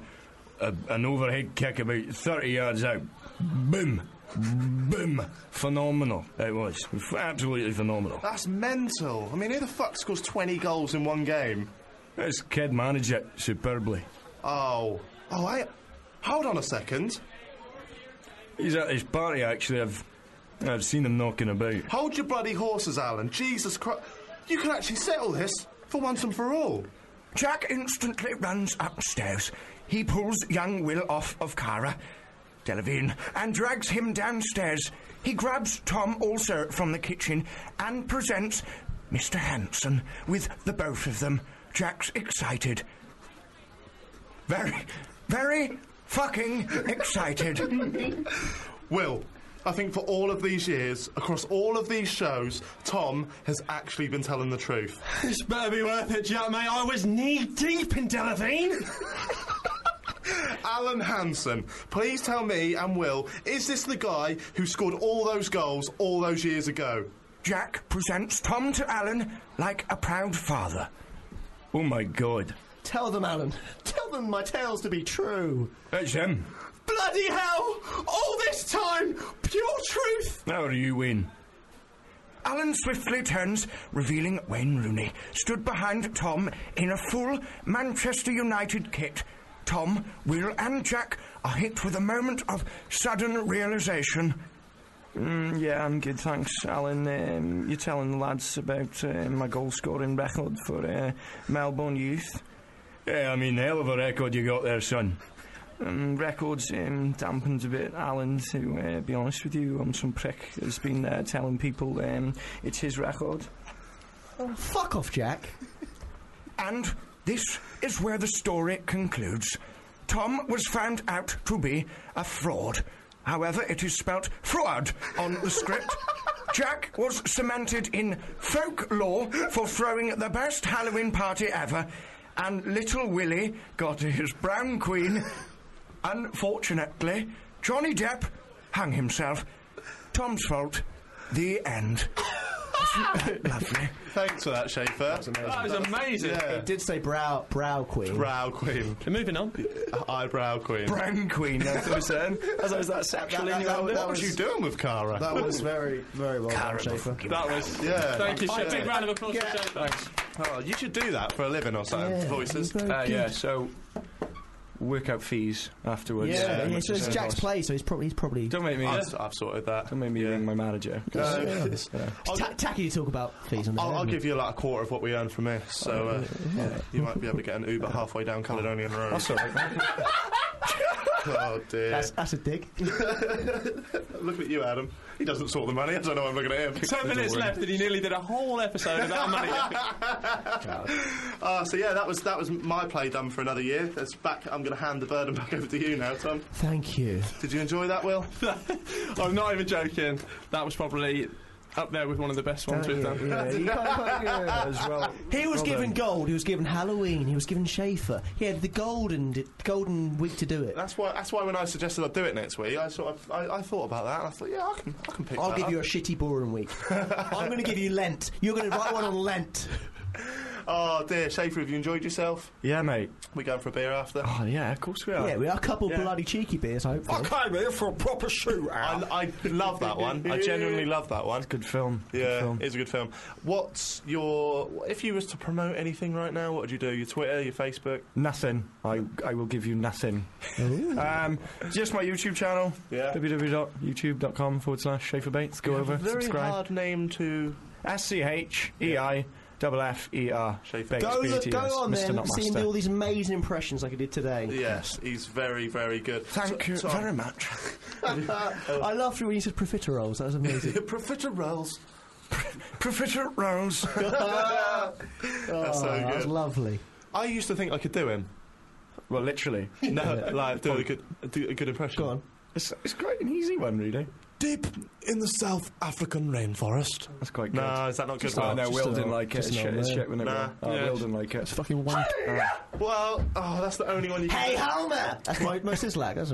Speaker 17: a, an overhead kick about 30 yards out. Boom! Boom! Phenomenal. It was. F- Absolutely phenomenal.
Speaker 2: That's mental. I mean, who the fuck scores 20 goals in one game?
Speaker 17: This kid managed it superbly.
Speaker 2: Oh. Oh, I. Hold on a second.
Speaker 17: He's at his party, actually. I've, I've seen him knocking about.
Speaker 2: Hold your bloody horses, Alan. Jesus Christ. You can actually settle this for once and for all.
Speaker 14: Jack instantly runs upstairs. He pulls young Will off of Cara, Delavine, and drags him downstairs. He grabs Tom also from the kitchen and presents Mr. Hanson with the both of them. Jack's excited. Very, very fucking excited.
Speaker 2: Will, I think for all of these years, across all of these shows, Tom has actually been telling the truth.
Speaker 18: This better be worth it, Jack, mate. I was knee deep in Delavine.
Speaker 2: Alan Hansen, please tell me and Will, is this the guy who scored all those goals all those years ago?
Speaker 14: Jack presents Tom to Alan like a proud father.
Speaker 17: Oh my god.
Speaker 4: Tell them, Alan. Tell them my tales to be true.
Speaker 17: That's him.
Speaker 18: Bloody hell! All this time, pure truth!
Speaker 17: How do you win?
Speaker 14: Alan swiftly turns, revealing Wayne Rooney stood behind Tom in a full Manchester United kit. Tom, Will, and Jack are hit with a moment of sudden realization.
Speaker 11: Mm, yeah, I'm good, thanks, Alan. Um, you're telling the lads about uh, my goal scoring record for uh, Melbourne Youth.
Speaker 17: Yeah, I mean, hell of a record you got there, son.
Speaker 11: Um, records um, dampened a bit, Alan, to uh, be honest with you. Um, some prick has been uh, telling people um, it's his record.
Speaker 4: Oh, fuck off, Jack.
Speaker 14: And this is where the story concludes. Tom was found out to be a fraud. However, it is spelt fraud on the script. Jack was cemented in folklore for throwing the best Halloween party ever, and little Willie got his brown queen. Unfortunately, Johnny Depp hung himself. Tom's fault. The end. Isn't that lovely?
Speaker 2: Thanks for that, Schaefer. That was amazing.
Speaker 7: That was amazing.
Speaker 4: It did say brow brow queen.
Speaker 2: Brow queen. Uh,
Speaker 7: Moving on.
Speaker 2: Eyebrow queen.
Speaker 14: Brown queen, that's what I'm saying.
Speaker 11: As I was that sexually
Speaker 2: That- that-
Speaker 11: innuendo.
Speaker 2: that was- What you doing with Cara?
Speaker 4: That was very, very well done,
Speaker 2: Cara,
Speaker 4: Schaefer.
Speaker 7: That was.
Speaker 2: Yeah.
Speaker 7: Thank you,
Speaker 2: I
Speaker 7: Schaefer.
Speaker 2: did.
Speaker 7: Big round of applause for Schaefer.
Speaker 2: Oh, you should do that for a living or something. Voices.
Speaker 11: Uh, yeah, so workout fees afterwards.
Speaker 4: Yeah,
Speaker 11: Um,
Speaker 4: yeah, so it's
Speaker 11: uh,
Speaker 4: Jack's play, so he's probably he's probably
Speaker 11: Don't make me.
Speaker 2: I've, I've sorted that.
Speaker 11: Don't make me ring my manager. 'cause,
Speaker 2: No.
Speaker 11: uh,
Speaker 2: It's-
Speaker 11: yeah.
Speaker 4: It's ta- tacky to talk about fees on the
Speaker 2: I'll, I'll
Speaker 4: day.
Speaker 2: give you like a quarter of what we earn from this, so uh, you might be able to get an Uber halfway down Caledonian Road.
Speaker 11: That's all right. man.
Speaker 2: Oh dear!
Speaker 4: That's, that's a dig.
Speaker 2: Look at you, Adam. He doesn't sort the money. I don't know. why I'm looking at him.
Speaker 7: Ten minutes left, and he nearly did a whole episode about money.
Speaker 2: Uh, so yeah, that was that was my play done for another year. That's back. I'm going to hand the burden back over to you now, Tom.
Speaker 4: Thank you.
Speaker 2: Did you enjoy that, Will?
Speaker 7: I'm not even joking. That was probably up there with one of the best ones we've done.
Speaker 4: He was
Speaker 11: Well done.
Speaker 4: given gold. He was given Halloween. He was given Schaefer. He had the golden di- golden week to do it.
Speaker 2: That's why. That's why when I suggested I do it next week, I sort of I, I thought about that. and I thought, yeah, I can I can pick.
Speaker 4: I'll
Speaker 2: that
Speaker 4: give
Speaker 2: up.
Speaker 4: you a shitty, boring week. I'm going to give you Lent. You're going to write one on Lent.
Speaker 2: Oh dear, Schaefer, have you enjoyed yourself?
Speaker 11: yeah, mate.
Speaker 2: We going for a beer after?
Speaker 11: Oh, yeah, of course we are.
Speaker 4: Yeah, we are a couple
Speaker 2: Yeah.
Speaker 4: bloody cheeky beers, hopefully.
Speaker 14: came here for a proper shootout.
Speaker 2: I, I love that one. I genuinely love that one.
Speaker 11: Good film. Good
Speaker 2: Yeah,
Speaker 11: film.
Speaker 2: it's a good film. What's your if you was to promote anything right now? What would you do? Your Twitter, your Facebook?
Speaker 11: Nothing. I, I will give you nothing. um, just my YouTube channel.
Speaker 2: Yeah.
Speaker 11: www.youtube.com forward slash Schaefer Bates. Go over,
Speaker 2: Very
Speaker 11: subscribe.
Speaker 2: hard name to.
Speaker 11: S C H E I double F E R.
Speaker 2: Schaefer.
Speaker 4: Go,
Speaker 11: Bates,
Speaker 4: look, go
Speaker 11: BTS,
Speaker 4: on
Speaker 11: Mr.
Speaker 4: there and
Speaker 11: Not
Speaker 4: see him do
Speaker 11: Master.
Speaker 4: all these amazing impressions like he did today.
Speaker 2: Yes, he's very very good.
Speaker 14: Thank you
Speaker 2: so-
Speaker 14: very much.
Speaker 4: I loved when you said profiteroles. That was amazing.
Speaker 2: Profiteroles.
Speaker 14: Professor Rose.
Speaker 2: That's so
Speaker 4: Oh, That
Speaker 2: good.
Speaker 4: was lovely.
Speaker 2: I used to think I could do him.
Speaker 11: Well, literally.
Speaker 2: No, like do a good do a good impression.
Speaker 4: Go on.
Speaker 11: It's, it's quite an easy one, really.
Speaker 19: deep in the South African rainforest.
Speaker 11: That's quite
Speaker 19: good.
Speaker 11: Nah, is that not good? Oh, no, Will didn't like it. Shit, it's shit when it
Speaker 19: Nah.
Speaker 11: Oh,
Speaker 19: Yeah.
Speaker 11: Will didn't like it. It's
Speaker 4: fucking wank.
Speaker 2: Well, oh, that's the only one you.
Speaker 4: Hey,
Speaker 2: Homer!
Speaker 4: That's my, my sislak, that's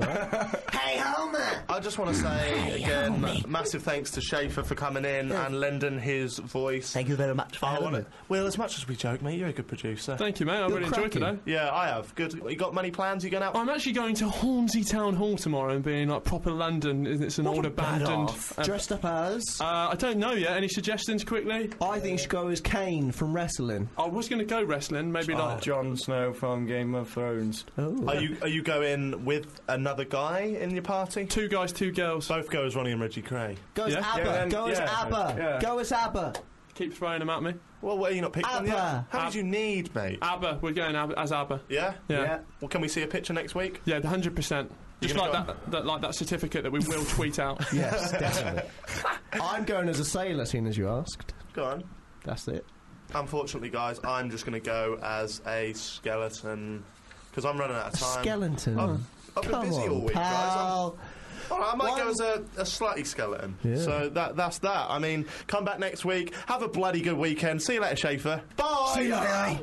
Speaker 4: alright.
Speaker 2: Hey, Homer! I just want to say again, ma- massive thanks to Schaefer for coming in and lending his voice. Thank you very much for having me. Well, as much as we joke, mate, you're a good producer.
Speaker 7: Thank you, mate. I really enjoyed today. Oh,
Speaker 2: Yeah, I have. Good. You got many plans? You going out?
Speaker 7: I'm actually going to Hornsey Town Hall tomorrow and being like proper London. It's an old abandoned.
Speaker 4: Badass. Dressed up as?
Speaker 7: Uh, I don't know yet. Any suggestions quickly?
Speaker 4: I think you should go as Kane from wrestling.
Speaker 7: I was going to Oh, go wrestling, maybe
Speaker 11: Oh,
Speaker 7: not.
Speaker 11: Jon Snow from Game of Thrones.
Speaker 4: Oh.
Speaker 2: Are you are you going with another guy in your party?
Speaker 7: Two guys, two girls.
Speaker 2: Both go as Ronnie and Reggie Cray.
Speaker 4: Go as ABBA. go as ABBA. Go as ABBA.
Speaker 7: Keep throwing them at me.
Speaker 2: Well, what are you not picking? on
Speaker 4: ABBA.
Speaker 2: yet? How did you need, mate?
Speaker 7: ABBA. We're going ABBA, as ABBA.
Speaker 2: Yeah?
Speaker 7: Yeah.
Speaker 2: Well, can we see a picture next week?
Speaker 7: Yeah, the hundred percent.
Speaker 2: You
Speaker 7: Just
Speaker 2: gonna
Speaker 7: like
Speaker 2: go
Speaker 7: that, that, like that certificate that we will tweet out.
Speaker 4: Yes, definitely. I'm going as a sailor, seeing as you asked.
Speaker 2: Go on.
Speaker 4: That's it.
Speaker 2: Unfortunately, guys, I'm just going to go as a skeleton because I'm running out of time.
Speaker 4: Skeleton.
Speaker 2: I'm- Um, I've been
Speaker 4: Come
Speaker 2: busy all
Speaker 4: on,
Speaker 2: week, guys. I'm-
Speaker 4: pal.
Speaker 2: All right, I might go as a, a slutty skeleton.
Speaker 4: Yeah.
Speaker 2: So that that's that. I mean, come back next week. Have a bloody good weekend. See you later, Schaefer. Bye.
Speaker 4: See ya.